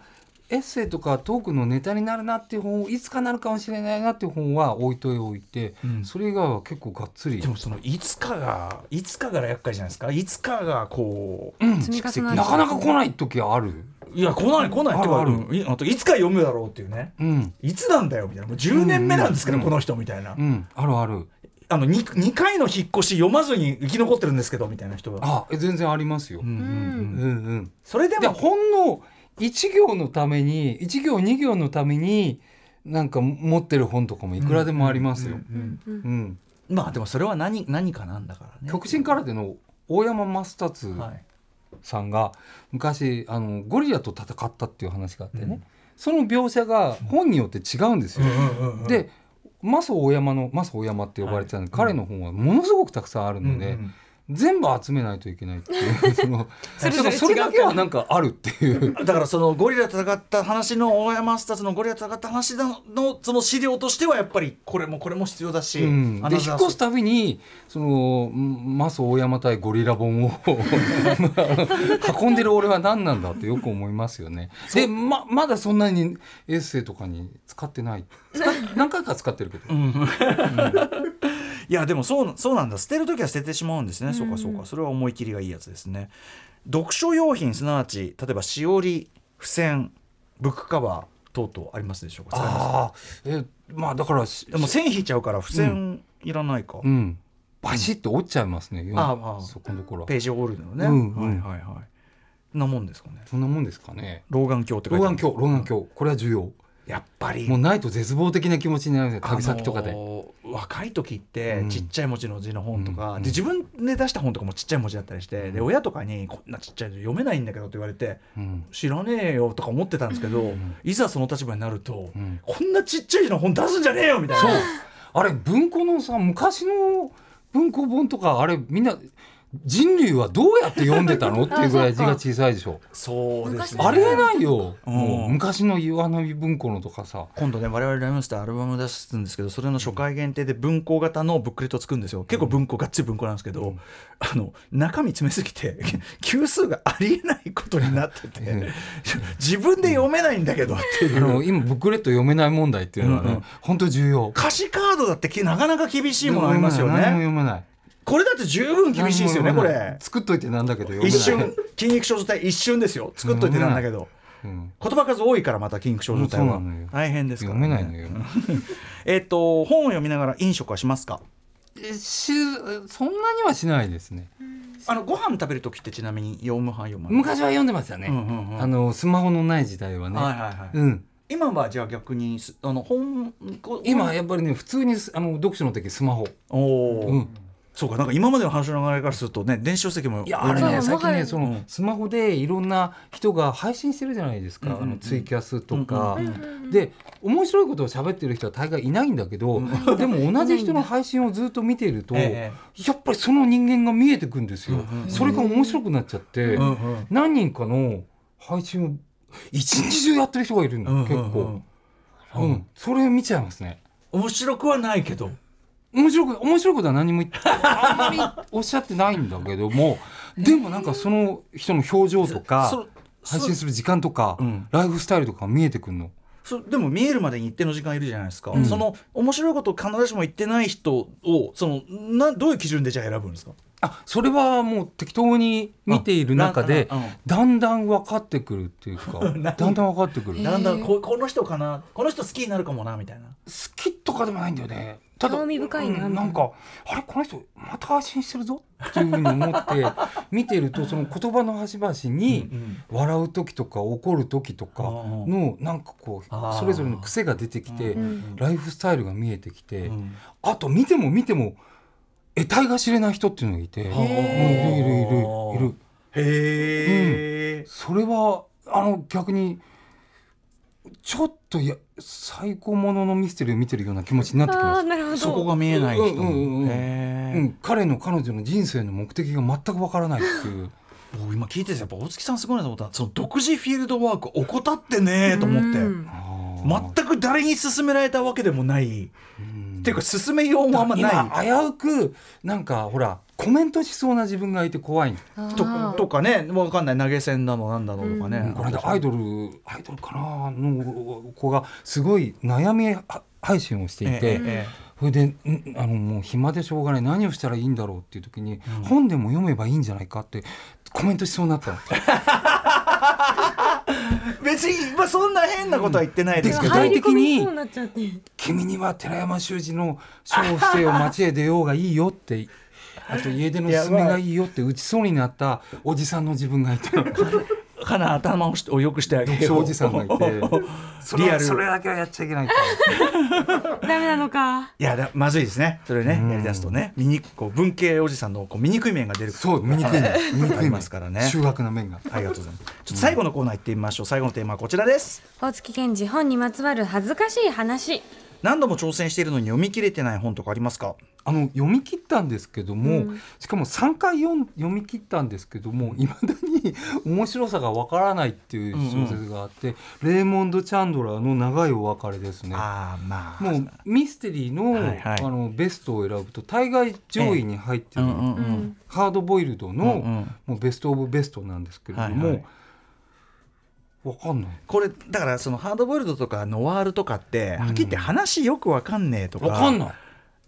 エッセイとかトークのネタになるなっていう本をいつかなるかもしれないなっていう本は置いといておいて、
うん
それ以外は結構がっつり
でもそのいつかがいつかが厄介じゃないですかいつかがこう、
うん
積み重な
なかなか来ない時ある。
いや来ない来ないってか
あるある
うんいあといつか読むだろうっていうね
うん
いつなんだよみたいなもう10年目なんですけど、
うん
この人みたいな、
うん、あるある
あの 2, 2回の引っ越し読まずに生き残ってるんですけどみたいな人が、
あえ全然ありますよ。
うんうん
うん
うん
うん、
それで
で
も
ほんの1行のために1行2行のためになんか持ってる本とかもいくらでもありますよ。
うんうん
うん
うん
まあでもそれは何何かなんだからね
極真空手の大山正達
はい
さんが昔あのゴリラと戦ったっていう話があってね、
うん
その描写が本によって違うんですよ。でマス大山のマス大山って呼ばれてたんで、彼の本はものすごくたくさんあるので、全部集めないといけないっていうその
それ
だからそれだけはなんかあるっていう。
だからそのゴリラと戦った話の大山スタのゴリラと戦った話ののその資料としてはやっぱりこれもこれも必要だし、
うん、
ア
で
ナザ
引
ー
っ越すたびにそのんマス大山対ゴリ ラ本を運んでる俺は何なんだってよく思いますよね。でままだそんなにエッセイとかに使ってない使っ何回か使ってるけど、
いやでもそうそうなんだ捨てる時は捨ててしまうんですね、そうかそうかそれは思い切りがいいやつですね読書用品すなわち例えばしおり付箋ブックカバー等々ありますでしょうか使います
ああえまあだからし
でも線引いちゃうから付箋いらないか、
うんバシッと折っちゃいますね、
あーあー
そこのところは
ページを折るのね、
うん
はいはいはいなもんですかね
そんなもんですかね
老眼鏡って書いてある
老眼鏡老眼鏡これは重要
やっぱり
もうないと絶望的な気持ちになるんですよ旅先とかで、
あのー若い時って、
うん
ちっちゃい文字の字の本とか、
うん
で自分で出した本とかもちっちゃい文字だったりして、で親とかに「こんなちっちゃい字読めないんだけど」って言われて
うん
「知らねえよ」とか思ってたんですけど、
ん
いざその立場になると、
うん
こんなちっちゃい字の本出すんじゃねえよ」みたいな。
そう。あれ、文庫のさ、昔の文庫本とか、あれ、みんな、人類はどうやって読んでたのっていうぐらい字が小さいでしょ。
そうですね
ありえないよ。
うん
もう昔の岩波文庫のとかさ。
今度ね我々ライムスターアルバム出すんですけどそれの初回限定で文庫型のブックレット作るんですよ結構文庫がっつり文庫なんですけど、あの中身詰めすぎて 級数がありえないことになってて自分で読めないんだけどってい
あ
う。
の今ブックレット読めない問題っていうのは
うんうん
ね、本当重要。
歌詞カードだってきなかなか厳しいものありますよ
何も
ね。
読めない。
これだって十分厳しいですよね、
何も
こ
読めない
れ。
作っといてなんだけど読めない。
一瞬、筋肉症状態一瞬ですよ。作っといてなんだけど。
うん。
言葉数多いからまた筋肉症状態
うんそ
は
うなのよ
大変ですか
読
ら、
めないのよ。
えっと本を読みながら飲食はしますか
えし、そんなにはしないですね。
あのご飯食べる時ってちなみに読む派読まない
昔は読んでましたね。
うんうんうん
あのスマホのない時代はね。
はいはいはい
うん。
今はじゃあ逆にすあの本こ
今やっぱりね普通にすあの読書の時スマホ、
おお、
うん、
そうかなんか今までの話の流れからするとね電子書籍も
いやあれね
そう
最近
もは
ね
や
そのスマホでいろんな人が配信してるじゃないです
う
か、
んうんうん
あのツイキャスとか、
うんうん
で面白いことを喋ってる人は大概いないんだけど、
う
でも同じ人の配信をずっと見ていると、
え
やっぱりその人間が見えてくんですよ、
うんうん
それが面白くなっちゃって、
えうんうん
何人かの配信を一日中やってる人がいるの、
うんうんうん
結構、うんそれ見ちゃいますね
面白くはないけど
面白く面白いことは何も言ってあんまりおっしゃってないんだけどもでもなんかその人の表情と
そ
か
そ
配信する時間とか、
うん
ライフスタイルとか見えてくるの。
そでも見えるまでに一定の時間いるじゃないですか、
うん
その面白いことを必ずしも言ってない人をそのなどういう基準でじゃあ選ぶんですか
あそれはもう適当に見ている中で
あな
だんだん分かってくるっていうか
何
だんだん分かってくる
へ
好
え
だんだんここの人かなこの人好きになるかもなみたいな
きとかでもないんだよねただ
興味深いな
うんなんかあれこの人また配信してるぞっていうふうに思って見てるとその言葉の端々に笑う時とか怒る時とかのなんかこ
あー
うそれぞれの癖が出てきて
うん
ライフスタイルが見えてきて
うん
あと見ても見ても得体が知れない人っていうのがいてうんいるいるいるいる。
へえ、
それはあの逆にちょっといや最高もののミステリーを見てるような気持ちになってき
あ
ま
あなるほど
そこが見えない人
うんうんうんうん
へ
す、
ー
うん、彼の彼女の人生の目的が全くわからないっ ていう
僕今聞いててやっぱ大月さんすごいなと思ったのはその独自フィールドワーク怠ってねえと思って、
うん
全く誰に勧められたわけでもない、っていうか勧めようもあんまな
今危うくなんかほらコメントしそうな自分がいて怖い、
あ
い
ー
ととかね分かんない投げ銭なのなんだのとかね、
う
この間アイドルアイドルかなの子がすごい悩み配信をしていて、
えええ
それでんあのもう暇でしょうがない何をしたらいいんだろうっていう時に、
うん
本でも読めばいいんじゃないかってコメントしそうにな ったの
え別に、まあ、そんな変なことは言ってないですけど、
うん
入り込みそう
具体的に
になっちゃって
君には寺山修司の書をしてよ街へ出ようがいいよってあと家出のすすめがいいよって打ちそうになったおじさんの自分がいたの
かな頭をしをよくしてあげ
読
よ
書
う
おじさんがいて それ
リア
は
ル
それだけはやっちゃいけないと
ダメなのか
いやだまずいですねそれね、
うん
やりだすとね醜こう文系おじさんのこう醜い面が出る
そう醜 い面
あ
醜
り
い
ま
面
すからね
修学な面が
ありがとうございます。ちょっと最後のコーナー行ってみましょう。最後のテーマはこちらです。
大月健二本にまつわる恥ずかしい話
何度も挑戦しているのに読み切れてない本とかありますか。
あの読み切ったんですけども、しかも3回読ん読み切ったんですけどもいまだに面白さがわからないっていう小説があって、レーモンド・チャンドラーの長いお別れですね。
ああま
もうミステリーの,、
はいはい
あのベストを選ぶと大概上位に入っ
う
てる、
んうんう。
うんん
ハードボイルドの、
うんうん
もうベスト・オブ・ベストなんですけれども、
は
わ
いはい
かんない。
これだからそのハードボイルドとかノワールとかって、
うん
はっきり言って話よくわかんねえとか。
わかん
い。
ない。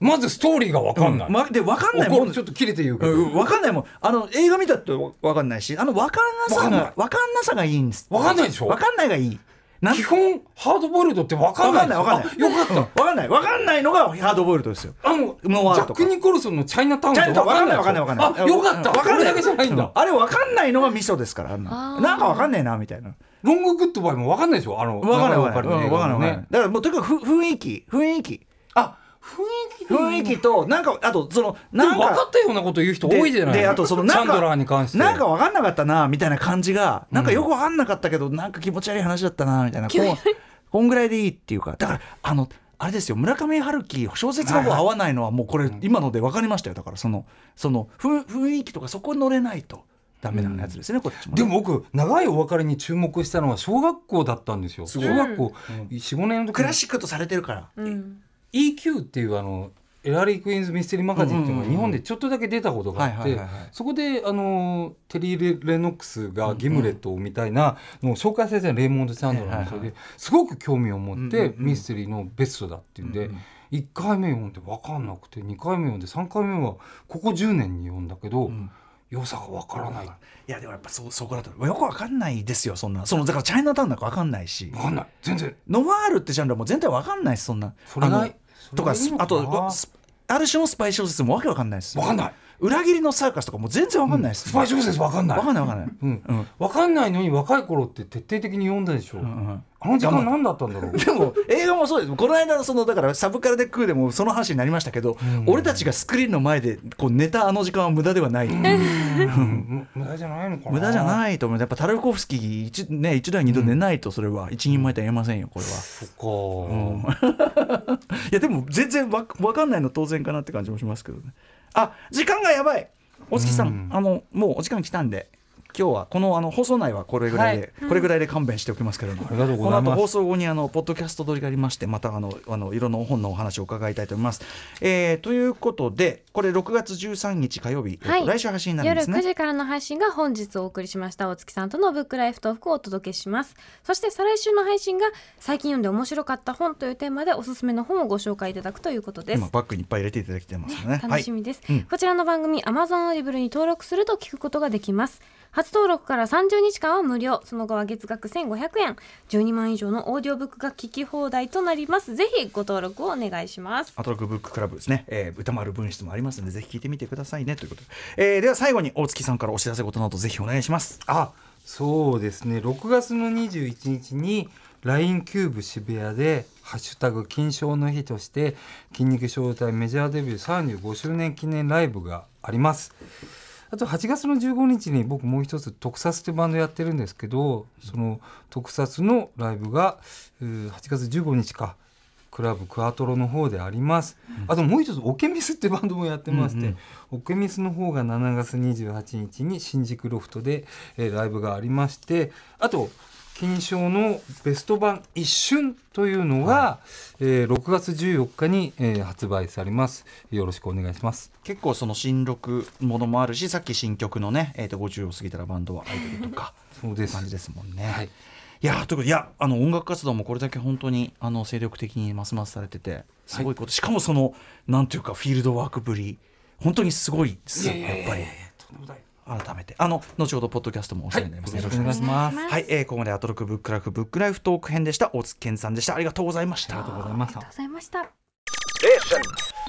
まずストーリーがわかんない。
までわかんない
怒
も
る
ん。
ちょっと切れて言うけ
う
ど。
んわかんないもん。あの映画見たってわわかんないし、あのわかんなさ
わかん
が
ない
わかんなさがいいんです。
わかんないでしょ
わかんないがいい。なん
基本ハードボイルドってわかんないです
わかんないわかん
あよかった、
わかんないわかんないのがハードボイルドですよ。
あの
ノワー
ジ
ル
ャ
と
ッ
か
ク・ニコルソンのチャイナタウン
ちゃんとわかんないわ
わ
かんないわかんない。
あよかった
わかんな
俺だ
い
けじゃないんだ
あれわかんないのがミソですから。あんな
あ
の
ー
なんかわかんねえなみたいな。
ロング・グッド・バイもわかんないでしょあの
わかんないわかん
流
ない。
れ
うん
分
わ
か
かんな
る
いわかん
のね
ない。だからもうとにかくふ雰囲気雰囲気
あ雰囲気
雰囲気となんかあとその
で
なん
も分か
か
ったようなこと言う人多いじゃない
でであとその
チ
な
ャ
ん
ン
か
ドラーに関して
なんかわかんなかったなみたいな感じがなんかよくわかんなかったけどなんか気持ち悪い話だったなみたいな。こうこんぐらいでいいっていうかだからあの。あれですよ村上春樹小説の方合わないのはもうこれ今ので分かりましたよだからそのそのふ雰囲気とかそこに乗れないとダメなやつですね、こっちもね
でも僕長いお別れに注目したのは小学校だったんですよ小学校45年の時
クラ
に
シックとされてるから。
うん、
EQ っていうあのエラリー・クイーンズ・ミステリー・マガジンっていうの
うんうんうん
が日本でちょっとだけ出たことがあっ
はい
て
はいはいはい
そこであのテリー・レノックスが「ギムレット」みたいなのを紹介されたレイモンド・チャンドラーのそれ
はいはいは
ですごく興味を持っ
うんうん
て
うん
ミステリーのベストだっていうん
う
で
んうん
1回目読んで分かんなくて2回目読んで3回目はここ10年に読んだけど
ん
良さが分からない
いやでもやっぱそそこだとよくわかんないですよそんなそのだからチャイナタウンなんかわかんないし
分かんない全然
ノワールってジャンルはもう全体わかんないしそんな
それ
あ
が
のとか
それがいいの
あ
かな
とスある種のスパイ小説もわけわかんないです
分かんない
裏切りのサーカスとかもう全然わかんないです、
スパイ小説分かんない
わかんないわかんない
うん
うん
分かんないのに若い頃って徹底的に読んだでしょ
うんうん
あの時間何だったんだろう
でも映画もそうですこの間のそのだからサブカルで食うでもその話になりましたけど、俺たちがスクリーンの前でこう寝たあの時間は無駄ではない、
うん無駄じゃないのかな
無駄じゃ
い
ないと思うやっぱタルコフスキー一,、ね、一度や二度寝ないとそれは一人前とは言えませんよこれは。
そっか、
いやでも全然わわかんないの当然かなって感じもしますけどねあ時間がやばいお月さん、
うん
あのもうお時間来たんで今日はこのあの放送内はこれぐらいで、これぐらいで勘弁しておきますけれども、
ありがとうご
この
ざいます
後放送後にあのポッドキャスト撮りがありましてまたあのあのいろんなお本のお話を伺いたいと思います、えーということでこれ6月13日火曜日、えっと
はい
来週配信になるん
夜
です
9
ね
時からの配信が本日お送りしました大月さんとのブックライフトークをお届けしますそして再来週の配信が最近読んで面白かった本というテーマでおすすめの本をご紹介いただくということです
今バッグにいっぱい入れていただきてますねは
楽
い
しみです、
うん
こちらの番組 Amazon オーディブルに登録すると聞くことができます初登録から30日間は無料その後は月額1500円12万以上のオーディオブックが聞き放題となりますぜひご登録をお願いします
アトロックブッククラブですね、えー、歌丸文室もありますので、ぜひ聞いてみてくださいねということで、えー、では最後に大月さんからお知らせことなど、ぜひお願いします。
あそうですね6月の21日に LINE キューブ渋谷で「ハッシュタグ金賞の日」として「筋肉招待メジャーデビュー35周年記念ライブ」がありますあと8月の15日に僕もう一つ「特撮」ってバンドやってるんですけどその特撮のライブがえー8月15日かクラブクアトロの方であります、あともう一つオケミスってバンドもやってまして、
うんうん
オケミスの方が7月28日に新宿ロフトで、えーライブがありましてあと金賞のベスト版「一瞬」というのが、えー6月14日に、えー発売されますよろしくお願いします
結構その新録ものもあるし、さっき新曲のね、えー、と50を過ぎたらバンドはアイドルとか、
そうです
感じ ですもんね。
はいい、
やーということでいやあの音楽活動もこれだけ本当にあの精力的にますますされててすごいこと、しかもそのなんていうかフィールドワークぶり本当にすごいですやっぱり改めてあの後ほどポッドキャストもお世話になります、
はい
よ
よ
ろ
ろ
し
し
く
く
お
お
願い
願い
し
し
ま
ますす
はい、えー、ここまでアトロックブックライフブックライフトーク編でした大津健さんでしたありがとうございました
ありがとうございました
ありがとうございました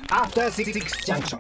After Six Junction.